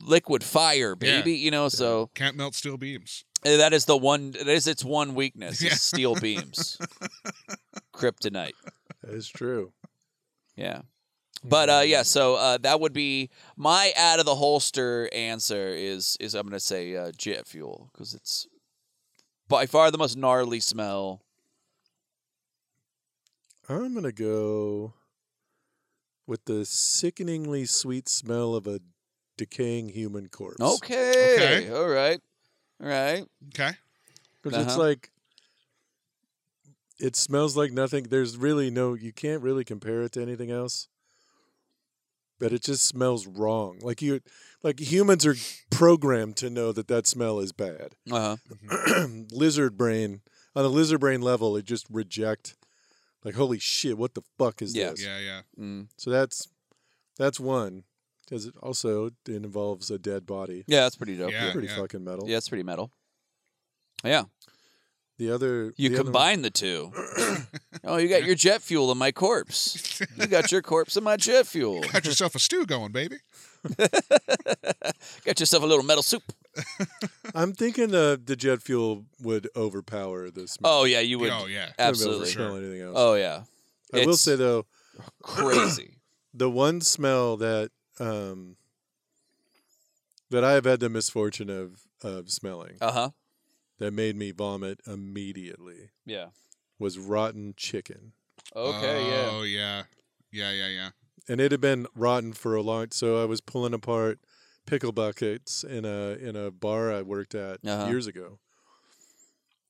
[SPEAKER 1] liquid fire,
[SPEAKER 3] Yeah.
[SPEAKER 1] baby. You know, so
[SPEAKER 3] Can't melt steel beams.
[SPEAKER 1] uh, that is the one. That is its one weakness:
[SPEAKER 3] Yeah.
[SPEAKER 1] is steel
[SPEAKER 3] (laughs)
[SPEAKER 1] beams, kryptonite.
[SPEAKER 2] That is true.
[SPEAKER 1] Yeah. But uh,
[SPEAKER 3] Mm.
[SPEAKER 1] yeah, so uh, that would be my out of the holster answer is is I'm gonna say uh, jet fuel because it's by far the most gnarly smell.
[SPEAKER 2] I'm gonna go with the sickeningly sweet smell of a decaying human corpse.
[SPEAKER 1] Okay, all right, all right.
[SPEAKER 3] Okay.
[SPEAKER 2] Because it's
[SPEAKER 1] Uh-huh.
[SPEAKER 2] like it smells like nothing. There's really no you can't really compare it to anything else. But it just smells wrong. Like you like humans are programmed to know that that smell is bad. (clears throat)
[SPEAKER 1] Uh-huh.
[SPEAKER 2] lizard brain on a lizard brain level, it just reject like holy shit, what the fuck is
[SPEAKER 1] Yeah.
[SPEAKER 2] this? (laughs)
[SPEAKER 3] Yeah, yeah.
[SPEAKER 1] Mm.
[SPEAKER 2] So that's that's one because it also it involves a dead body.
[SPEAKER 1] Yeah, that's pretty dope.
[SPEAKER 3] Yeah.
[SPEAKER 2] pretty fucking metal.
[SPEAKER 1] yeah, that's pretty metal. Yeah,
[SPEAKER 2] The other
[SPEAKER 1] you
[SPEAKER 2] the other-
[SPEAKER 1] combine the
[SPEAKER 3] (coughs)
[SPEAKER 1] two. oh, you got your jet fuel and my corpse. You got your corpse and my jet fuel.
[SPEAKER 3] (laughs) Got yourself a stew going, baby.
[SPEAKER 1] Got yourself a little metal soup.
[SPEAKER 2] (laughs) I'm thinking the the jet fuel would overpower this.
[SPEAKER 1] Oh yeah, you would
[SPEAKER 3] oh yeah.
[SPEAKER 1] absolutely.
[SPEAKER 2] smell anything else.
[SPEAKER 1] Oh yeah,
[SPEAKER 2] I will
[SPEAKER 1] it's-
[SPEAKER 2] say though,
[SPEAKER 1] crazy.
[SPEAKER 2] the one smell that um that I have had the misfortune of of smelling
[SPEAKER 1] Uh huh.
[SPEAKER 2] that made me vomit immediately
[SPEAKER 1] Yeah.
[SPEAKER 2] was rotten chicken,
[SPEAKER 1] Okay. yeah.
[SPEAKER 3] Oh yeah. Yeah, yeah, yeah.
[SPEAKER 2] and it had been rotten for a long. So I was pulling apart pickle buckets in a in a bar I worked at
[SPEAKER 1] Uh-huh.
[SPEAKER 2] years ago,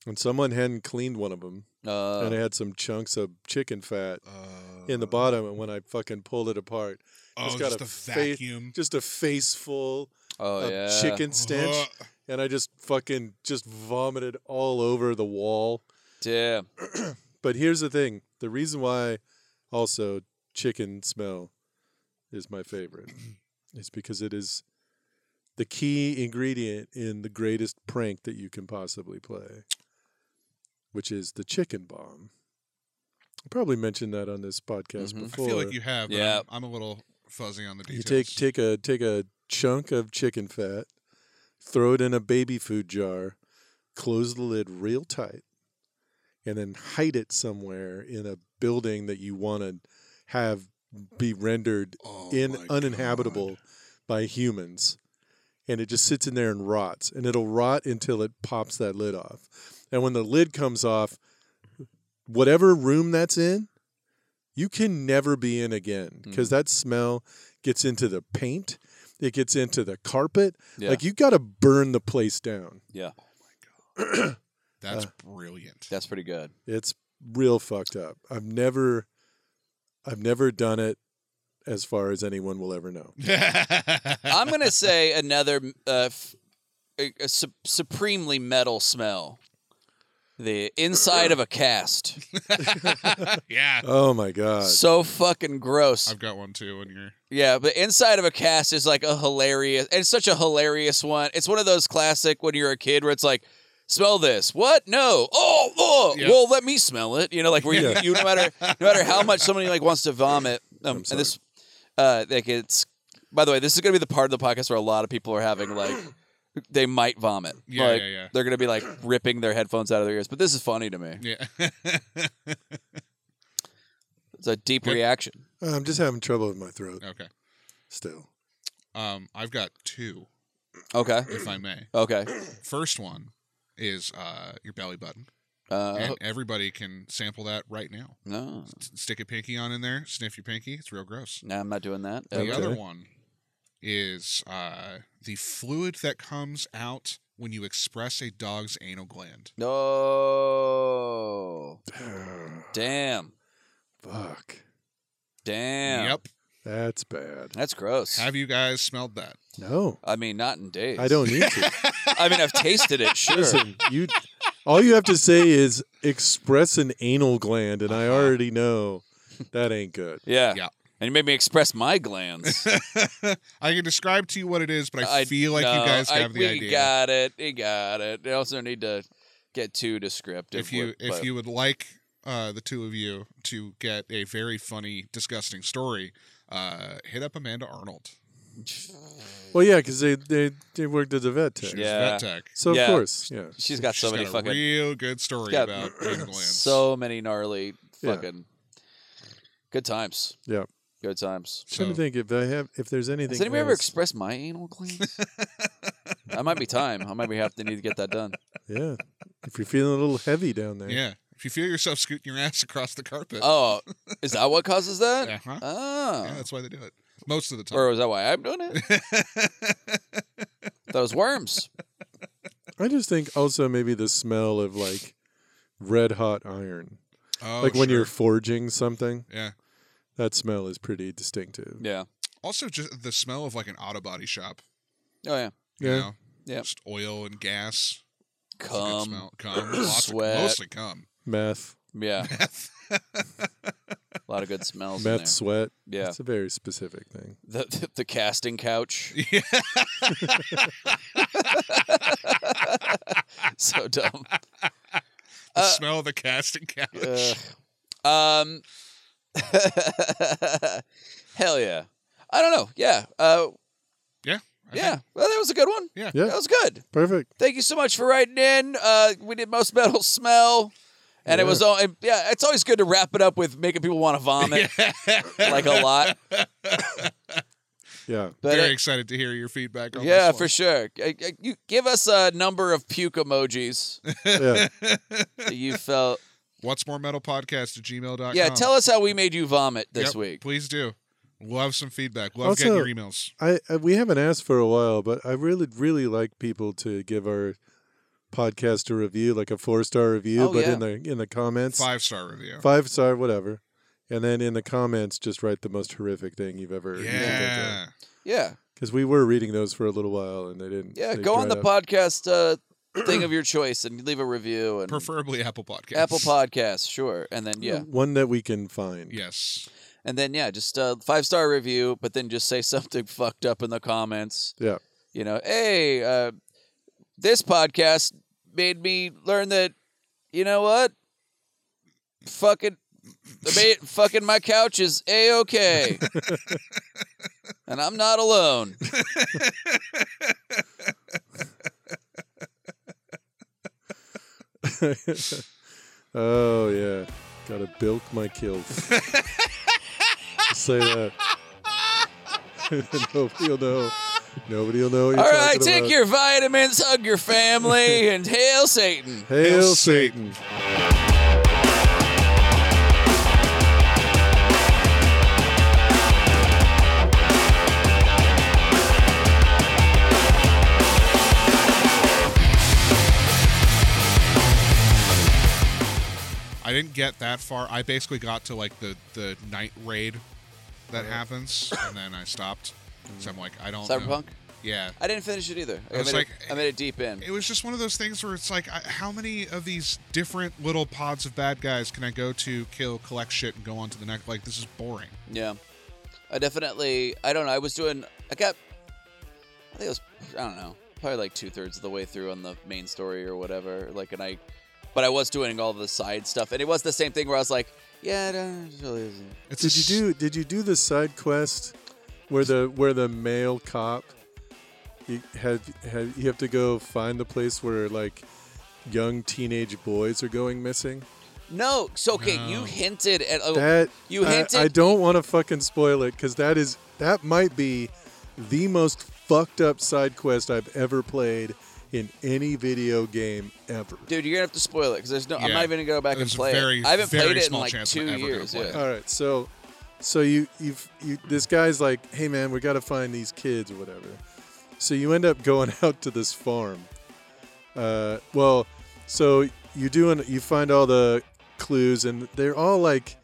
[SPEAKER 2] and someone hadn't cleaned one of them,
[SPEAKER 3] Oh.
[SPEAKER 1] Uh,
[SPEAKER 2] and it had some chunks of chicken fat
[SPEAKER 3] Uh,
[SPEAKER 2] in the bottom and when I fucking pulled it apart,
[SPEAKER 3] oh,
[SPEAKER 2] it's
[SPEAKER 3] just
[SPEAKER 2] got
[SPEAKER 3] the
[SPEAKER 2] a face-
[SPEAKER 3] vacuum. Uh-huh.
[SPEAKER 2] just a face full
[SPEAKER 1] oh
[SPEAKER 2] of
[SPEAKER 1] yeah.
[SPEAKER 2] chicken stench
[SPEAKER 3] (laughs) Ugh.
[SPEAKER 2] and I just fucking just vomited all over the wall.
[SPEAKER 1] Damn.
[SPEAKER 2] But here's the thing, the reason why also chicken smell is my
[SPEAKER 3] (clears throat)
[SPEAKER 2] favorite is because it is the key ingredient in the greatest prank that you can possibly play, which is the chicken bomb. I probably mentioned that on this
[SPEAKER 1] Mhm.
[SPEAKER 2] podcast
[SPEAKER 3] Mm-hmm. I
[SPEAKER 2] before.
[SPEAKER 3] feel like you have. but
[SPEAKER 1] Yeah.
[SPEAKER 3] I'm, I'm a little fuzzy on the
[SPEAKER 2] You
[SPEAKER 3] details.
[SPEAKER 2] take take a take a chunk of chicken fat, throw it in a baby food jar, close the lid real tight, and then hide it somewhere in a building that you want to have be rendered
[SPEAKER 3] Oh,
[SPEAKER 2] in
[SPEAKER 3] my
[SPEAKER 2] uninhabitable
[SPEAKER 3] God.
[SPEAKER 2] by humans. And it just sits in there and rots, and it'll rot until it pops that lid off. And when the lid comes off, whatever room that's in, you can never be in again because
[SPEAKER 3] Mm-hmm.
[SPEAKER 2] that smell gets into the paint, it gets into the carpet.
[SPEAKER 1] Yeah.
[SPEAKER 2] Like you got to burn the place down.
[SPEAKER 1] yeah.
[SPEAKER 3] That's
[SPEAKER 2] uh,
[SPEAKER 3] brilliant.
[SPEAKER 1] That's pretty good.
[SPEAKER 2] It's real fucked up. I've never, I've never done it. As far as anyone will
[SPEAKER 1] (laughs)
[SPEAKER 2] ever (laughs) know.
[SPEAKER 1] I'm gonna say another uh, f- a, a su- supremely metal smell. The inside of a cast.
[SPEAKER 3] yeah.
[SPEAKER 2] Oh my god!
[SPEAKER 1] So fucking gross.
[SPEAKER 3] I've got one too in here.
[SPEAKER 1] Yeah, but inside of a cast is like a hilarious. It's such a hilarious one. It's one of those classic when you're a kid where it's like, smell this. What? No. Oh, oh.
[SPEAKER 3] Yeah.
[SPEAKER 1] Well, let me smell it. You know, like where you, you no matter no matter how much somebody like wants to vomit. Um, and this, uh, like it's. By the way, this is gonna be the part of the podcast where a lot of people are having like. (clears throat) They might vomit.
[SPEAKER 3] Yeah,
[SPEAKER 1] Like,
[SPEAKER 3] yeah, yeah.
[SPEAKER 1] They're gonna be like ripping their headphones out of their ears. But this is funny to me.
[SPEAKER 3] (laughs) Yeah. (laughs)
[SPEAKER 1] It's a deep
[SPEAKER 3] Yep.
[SPEAKER 1] reaction.
[SPEAKER 2] I'm just having trouble with my throat
[SPEAKER 3] okay.
[SPEAKER 2] still.
[SPEAKER 3] Um, I've got two,
[SPEAKER 1] Okay.
[SPEAKER 3] if I may.
[SPEAKER 1] Okay.
[SPEAKER 3] First one is uh your belly button.
[SPEAKER 1] Uh,
[SPEAKER 3] and
[SPEAKER 1] ho-
[SPEAKER 3] everybody can sample that right now.
[SPEAKER 1] no,
[SPEAKER 3] S- stick a pinky on in there, sniff your pinky. It's real gross.
[SPEAKER 1] no, I'm not doing that.
[SPEAKER 2] The
[SPEAKER 3] The
[SPEAKER 1] Uh,
[SPEAKER 3] other
[SPEAKER 2] Okay.
[SPEAKER 3] one is uh, the fluid that comes out when you express a dog's anal gland.
[SPEAKER 1] No. Damn.
[SPEAKER 2] (sighs) Fuck.
[SPEAKER 1] Damn.
[SPEAKER 3] Yep.
[SPEAKER 2] That's bad.
[SPEAKER 1] That's gross.
[SPEAKER 3] Have you guys smelled that?
[SPEAKER 2] No.
[SPEAKER 1] I mean, not in days.
[SPEAKER 2] I don't need to.
[SPEAKER 1] (laughs) I mean, I've tasted
[SPEAKER 2] (laughs)
[SPEAKER 1] it. Sure.
[SPEAKER 2] Listen, you all you have to say is express an anal gland, and I
[SPEAKER 3] Uh-huh.
[SPEAKER 2] already know that ain't good.
[SPEAKER 1] Yeah.
[SPEAKER 3] Yeah.
[SPEAKER 1] And you made me express my glands.
[SPEAKER 3] I can describe to you what it is, but (laughs) I, feel like
[SPEAKER 1] no,
[SPEAKER 3] you guys
[SPEAKER 1] I-
[SPEAKER 3] have the
[SPEAKER 1] we
[SPEAKER 3] idea.
[SPEAKER 1] got it. We got it. You also need to get too descriptive.
[SPEAKER 3] if you
[SPEAKER 1] with-
[SPEAKER 3] if
[SPEAKER 1] but-
[SPEAKER 3] you would like uh, the two of you to get a very funny, disgusting story, uh, hit up Amanda Arnold.
[SPEAKER 2] Well, yeah, because they, they they worked as a vet tech,
[SPEAKER 1] Yeah.
[SPEAKER 3] Vet tech.
[SPEAKER 2] so of
[SPEAKER 1] Yeah.
[SPEAKER 2] course, yeah.
[SPEAKER 1] (laughs) she's got so
[SPEAKER 3] She's
[SPEAKER 1] many
[SPEAKER 3] a
[SPEAKER 1] fucking
[SPEAKER 3] real good story
[SPEAKER 1] got (clears throat)
[SPEAKER 3] about anal glands.
[SPEAKER 1] so many gnarly
[SPEAKER 2] Yeah.
[SPEAKER 1] fucking good times.
[SPEAKER 2] Yeah.
[SPEAKER 1] Good times.
[SPEAKER 2] Trying
[SPEAKER 3] So-
[SPEAKER 2] to think if I have if there's anything.
[SPEAKER 1] Has anybody ever
[SPEAKER 2] else-
[SPEAKER 1] expressed my anal glands? that might be time. I might be have to need to get that done.
[SPEAKER 2] yeah, if you're feeling a little heavy down there,
[SPEAKER 3] yeah, if you feel yourself scooting your ass across the carpet,
[SPEAKER 1] Oh, is that what causes that?
[SPEAKER 3] uh-huh.
[SPEAKER 1] Oh.
[SPEAKER 3] yeah, that's why they do it most of the time.
[SPEAKER 1] or is that why I'm doing it?
[SPEAKER 3] (laughs)
[SPEAKER 1] Those worms.
[SPEAKER 2] I just think also maybe the smell of like red hot iron,
[SPEAKER 3] Oh,
[SPEAKER 2] like when
[SPEAKER 3] sure.
[SPEAKER 2] you're forging something.
[SPEAKER 3] yeah.
[SPEAKER 2] That smell is pretty distinctive.
[SPEAKER 1] Yeah.
[SPEAKER 3] Also, just the smell of like an auto body shop.
[SPEAKER 1] Oh yeah.
[SPEAKER 3] You
[SPEAKER 2] Yeah.
[SPEAKER 3] know?
[SPEAKER 1] Yep.
[SPEAKER 3] Just oil and gas. It's a good
[SPEAKER 1] Cum. (clears throat)
[SPEAKER 3] smell. Cum. Lots
[SPEAKER 1] sweat.
[SPEAKER 3] Of, mostly cum.
[SPEAKER 2] Meth,
[SPEAKER 1] Yeah.
[SPEAKER 3] Meth.
[SPEAKER 1] A lot of good smells. in
[SPEAKER 2] meth
[SPEAKER 1] there.
[SPEAKER 2] sweat.
[SPEAKER 1] Yeah.
[SPEAKER 2] It's a very specific thing.
[SPEAKER 1] The, the the casting couch.
[SPEAKER 3] (laughs) yeah.
[SPEAKER 1] (laughs) so dumb.
[SPEAKER 3] The
[SPEAKER 1] Uh,
[SPEAKER 3] smell of the casting couch.
[SPEAKER 1] Ugh. Uh, um. (laughs) hell yeah. I don't know. Yeah. Uh.
[SPEAKER 3] I
[SPEAKER 1] Yeah.
[SPEAKER 3] think-
[SPEAKER 1] Well, that was a good one.
[SPEAKER 3] Yeah.
[SPEAKER 2] Yeah.
[SPEAKER 1] (laughs) That was good.
[SPEAKER 2] Perfect.
[SPEAKER 1] Thank you so much for writing in. Uh, we did most metal smell, and it
[SPEAKER 2] Yeah.
[SPEAKER 1] was all. and, Yeah, it's always good to wrap it up with making people want to
[SPEAKER 3] (laughs)
[SPEAKER 1] vomit like a lot.
[SPEAKER 2] Yeah.
[SPEAKER 1] But
[SPEAKER 3] Very
[SPEAKER 1] uh,
[SPEAKER 3] excited to hear your feedback on
[SPEAKER 1] yeah,
[SPEAKER 3] this
[SPEAKER 1] for sure. Uh, uh, You give us a number of puke emojis (laughs)
[SPEAKER 2] Yeah.
[SPEAKER 1] that
[SPEAKER 3] (laughs)
[SPEAKER 1] you felt.
[SPEAKER 3] What's more metal podcast at gmail.com.
[SPEAKER 1] Yeah, tell us how we made you vomit this
[SPEAKER 3] Yep,
[SPEAKER 1] week.
[SPEAKER 3] Please do. Love some feedback. Love
[SPEAKER 2] Also-
[SPEAKER 3] getting your emails.
[SPEAKER 2] I, I we haven't asked for a while, but I really really like people to give our podcast a review, like a four star review,
[SPEAKER 1] Oh,
[SPEAKER 2] but
[SPEAKER 1] yeah.
[SPEAKER 2] in the in the comments,
[SPEAKER 3] Five star review.
[SPEAKER 2] five star, whatever, and then in the comments, just write the most horrific thing you've ever.
[SPEAKER 3] Yeah.
[SPEAKER 1] Yeah,
[SPEAKER 2] because we were reading those for a little while, and they didn't.
[SPEAKER 1] yeah.
[SPEAKER 2] they
[SPEAKER 1] Go on
[SPEAKER 2] dried
[SPEAKER 1] the
[SPEAKER 2] up.
[SPEAKER 1] podcast uh, thing
[SPEAKER 2] (clears throat)
[SPEAKER 1] of your choice and leave a review and
[SPEAKER 3] Preferably Apple Podcasts.
[SPEAKER 1] Apple Podcasts, sure. And then yeah,
[SPEAKER 2] one that we can find.
[SPEAKER 3] Yes.
[SPEAKER 1] and then yeah, just uh, five star review, but then just say (laughs) something fucked up in the comments.
[SPEAKER 2] Yeah.
[SPEAKER 1] You know, hey, uh, this podcast made me learn that. You know what? Fucking. the
[SPEAKER 2] (laughs)
[SPEAKER 1] ma- fucking my couch is a okay, and I'm not alone.
[SPEAKER 2] oh yeah, gotta bilk
[SPEAKER 1] (laughs)
[SPEAKER 2] my kills. Say that. (laughs) Nobody'll know. Nobody'll know. What you're
[SPEAKER 1] All right,
[SPEAKER 2] talking
[SPEAKER 1] take
[SPEAKER 2] about.
[SPEAKER 1] your vitamins, hug your family, and hail Satan.
[SPEAKER 2] Hail
[SPEAKER 3] Hail
[SPEAKER 2] Satan.
[SPEAKER 3] I didn't get that far. I basically got to like the the night raid that
[SPEAKER 1] Mm-hmm.
[SPEAKER 3] happens, and then I stopped. So I'm like, I don't. know.
[SPEAKER 1] Cyberpunk.
[SPEAKER 3] Yeah.
[SPEAKER 1] I didn't finish it either. I,
[SPEAKER 3] was
[SPEAKER 1] made,
[SPEAKER 3] like-
[SPEAKER 1] it, I made it deep in.
[SPEAKER 3] It was just one of those things where it's like, I, how many of these different little pods of bad guys can I go to, kill, collect shit, and go on to the next? Like, this is boring.
[SPEAKER 1] Yeah, I definitely. I don't know. I was doing. I got. I think it was. I don't know. Probably like two thirds of the way through on the main story or whatever. Like, and I, but I was doing all the side stuff, and it was the same thing where I was like, yeah, I don't really.
[SPEAKER 3] It's
[SPEAKER 2] Did you do did you do the side quest where the where the male cop you had had you have to go find the place where like young teenage boys are going missing?
[SPEAKER 1] No. So okay, you
[SPEAKER 3] No.
[SPEAKER 1] hinted at. Oh,
[SPEAKER 2] That
[SPEAKER 1] you
[SPEAKER 2] I-
[SPEAKER 1] hinted.
[SPEAKER 2] I, don't want to fucking spoil it cuz that is that might be the most fucked up side quest I've ever played in any video game ever.
[SPEAKER 1] Dude, you're gonna have to spoil it because there's no. I'm
[SPEAKER 3] Yeah.
[SPEAKER 1] not even gonna go back and
[SPEAKER 3] There's a
[SPEAKER 1] play
[SPEAKER 3] very,
[SPEAKER 1] it. I haven't
[SPEAKER 3] very
[SPEAKER 1] played it in
[SPEAKER 3] small
[SPEAKER 1] like
[SPEAKER 3] chance I'm
[SPEAKER 1] two
[SPEAKER 3] ever gonna
[SPEAKER 1] years.
[SPEAKER 3] play
[SPEAKER 1] Yeah.
[SPEAKER 3] it.
[SPEAKER 2] All right, so so you you've you this guy's like, hey man, we got to find these kids or whatever. So you end up going (laughs) out to this farm. Uh, well, so you do an, you find all the clues and they're all like,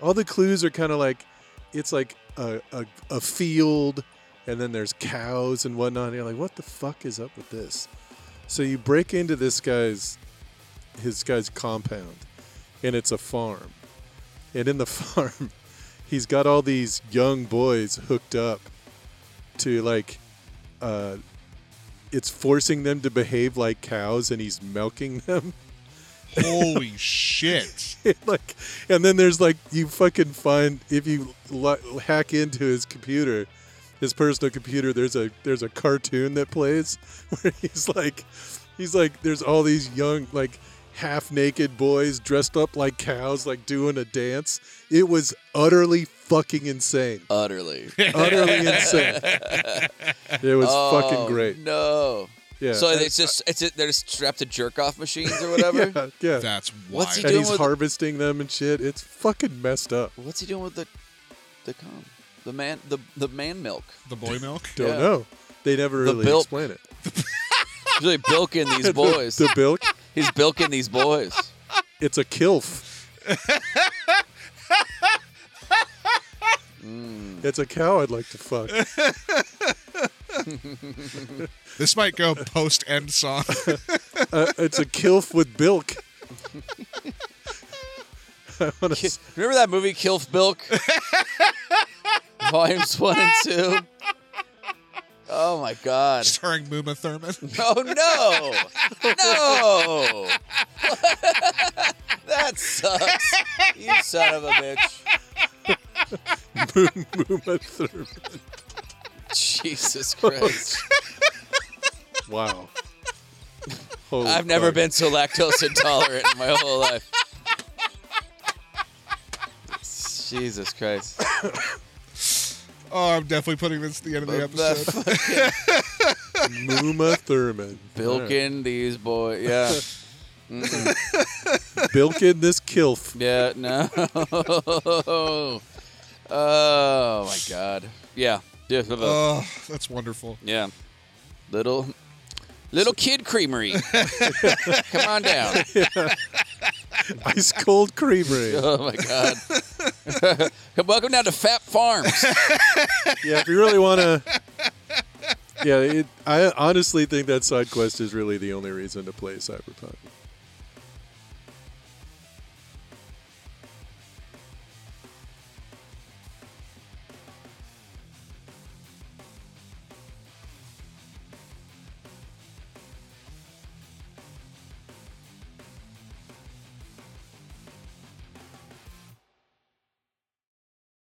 [SPEAKER 2] all the clues are kind of like, it's like a, a a field, and then there's cows and whatnot. And you're like, what the fuck is up with this? So you break into this guy's his guy's compound, and it's a farm and in the (laughs) farm he's got all these young boys hooked up to like uh it's forcing them to behave like cows and he's milking (laughs) them
[SPEAKER 3] (laughs) Holy shit.
[SPEAKER 2] (laughs) like and then there's like you fucking find if you lo- hack into his computer his personal computer there's a there's a cartoon that plays (laughs) where he's like he's like there's all these young like half naked boys dressed up like cows like doing a dance it was utterly fucking insane
[SPEAKER 1] Utterly.
[SPEAKER 2] (laughs) utterly insane it was
[SPEAKER 1] oh,
[SPEAKER 2] fucking great
[SPEAKER 1] No.
[SPEAKER 2] yeah
[SPEAKER 1] So it's just it's it, they're strapped to jerk off machines or whatever.
[SPEAKER 2] (laughs) yeah, yeah.
[SPEAKER 3] That's wild.
[SPEAKER 1] What's he
[SPEAKER 2] and
[SPEAKER 1] doing
[SPEAKER 2] he's
[SPEAKER 1] with-
[SPEAKER 2] harvesting them and shit it's fucking messed up
[SPEAKER 1] What's he doing with the the com? The man the the man milk.
[SPEAKER 3] The boy milk?
[SPEAKER 2] Don't
[SPEAKER 1] Yeah.
[SPEAKER 2] know. They never
[SPEAKER 1] The
[SPEAKER 2] really
[SPEAKER 1] bilk.
[SPEAKER 2] explain it.
[SPEAKER 1] (laughs) He's really bilking
[SPEAKER 2] (laughs)
[SPEAKER 1] these boys.
[SPEAKER 2] The bilk,
[SPEAKER 1] He's bilking these boys.
[SPEAKER 2] it's a kilf.
[SPEAKER 1] Mm.
[SPEAKER 2] It's a cow I'd like to fuck.
[SPEAKER 3] This might go post end song. (laughs)
[SPEAKER 2] Uh, it's a kilf with bilk. I wanna
[SPEAKER 1] Ki-
[SPEAKER 2] s-
[SPEAKER 1] (laughs) Remember that movie Kilf
[SPEAKER 2] (laughs)
[SPEAKER 1] Bilk? Volumes one and two. Oh my god.
[SPEAKER 3] starring Muma Thurman.
[SPEAKER 1] (laughs) Oh no! No! (laughs) that sucks. You son of a bitch.
[SPEAKER 2] boom, boom, a third.
[SPEAKER 1] Jesus Christ.
[SPEAKER 2] Wow. Holy
[SPEAKER 1] I've never
[SPEAKER 2] fuck.
[SPEAKER 1] been so lactose intolerant in my whole life. Jesus Christ.
[SPEAKER 3] Oh, I'm definitely putting this at the end of the episode.
[SPEAKER 2] Mooma Thurman.
[SPEAKER 1] Bilking these boys. Yeah.
[SPEAKER 2] Alright. Bilking this kilf.
[SPEAKER 1] Yeah, no. (laughs) oh my god. Yeah. Yeah. blah, blah.
[SPEAKER 3] Oh, that's wonderful.
[SPEAKER 1] yeah. Little Little Kid Creamery. Come on down.
[SPEAKER 2] Ice cold creamery.
[SPEAKER 1] Oh my god. (laughs) Welcome down to Fat Farms.
[SPEAKER 2] yeah, if you really want to. Yeah, it, I honestly think that side quest is really the only reason to play Cyberpunk.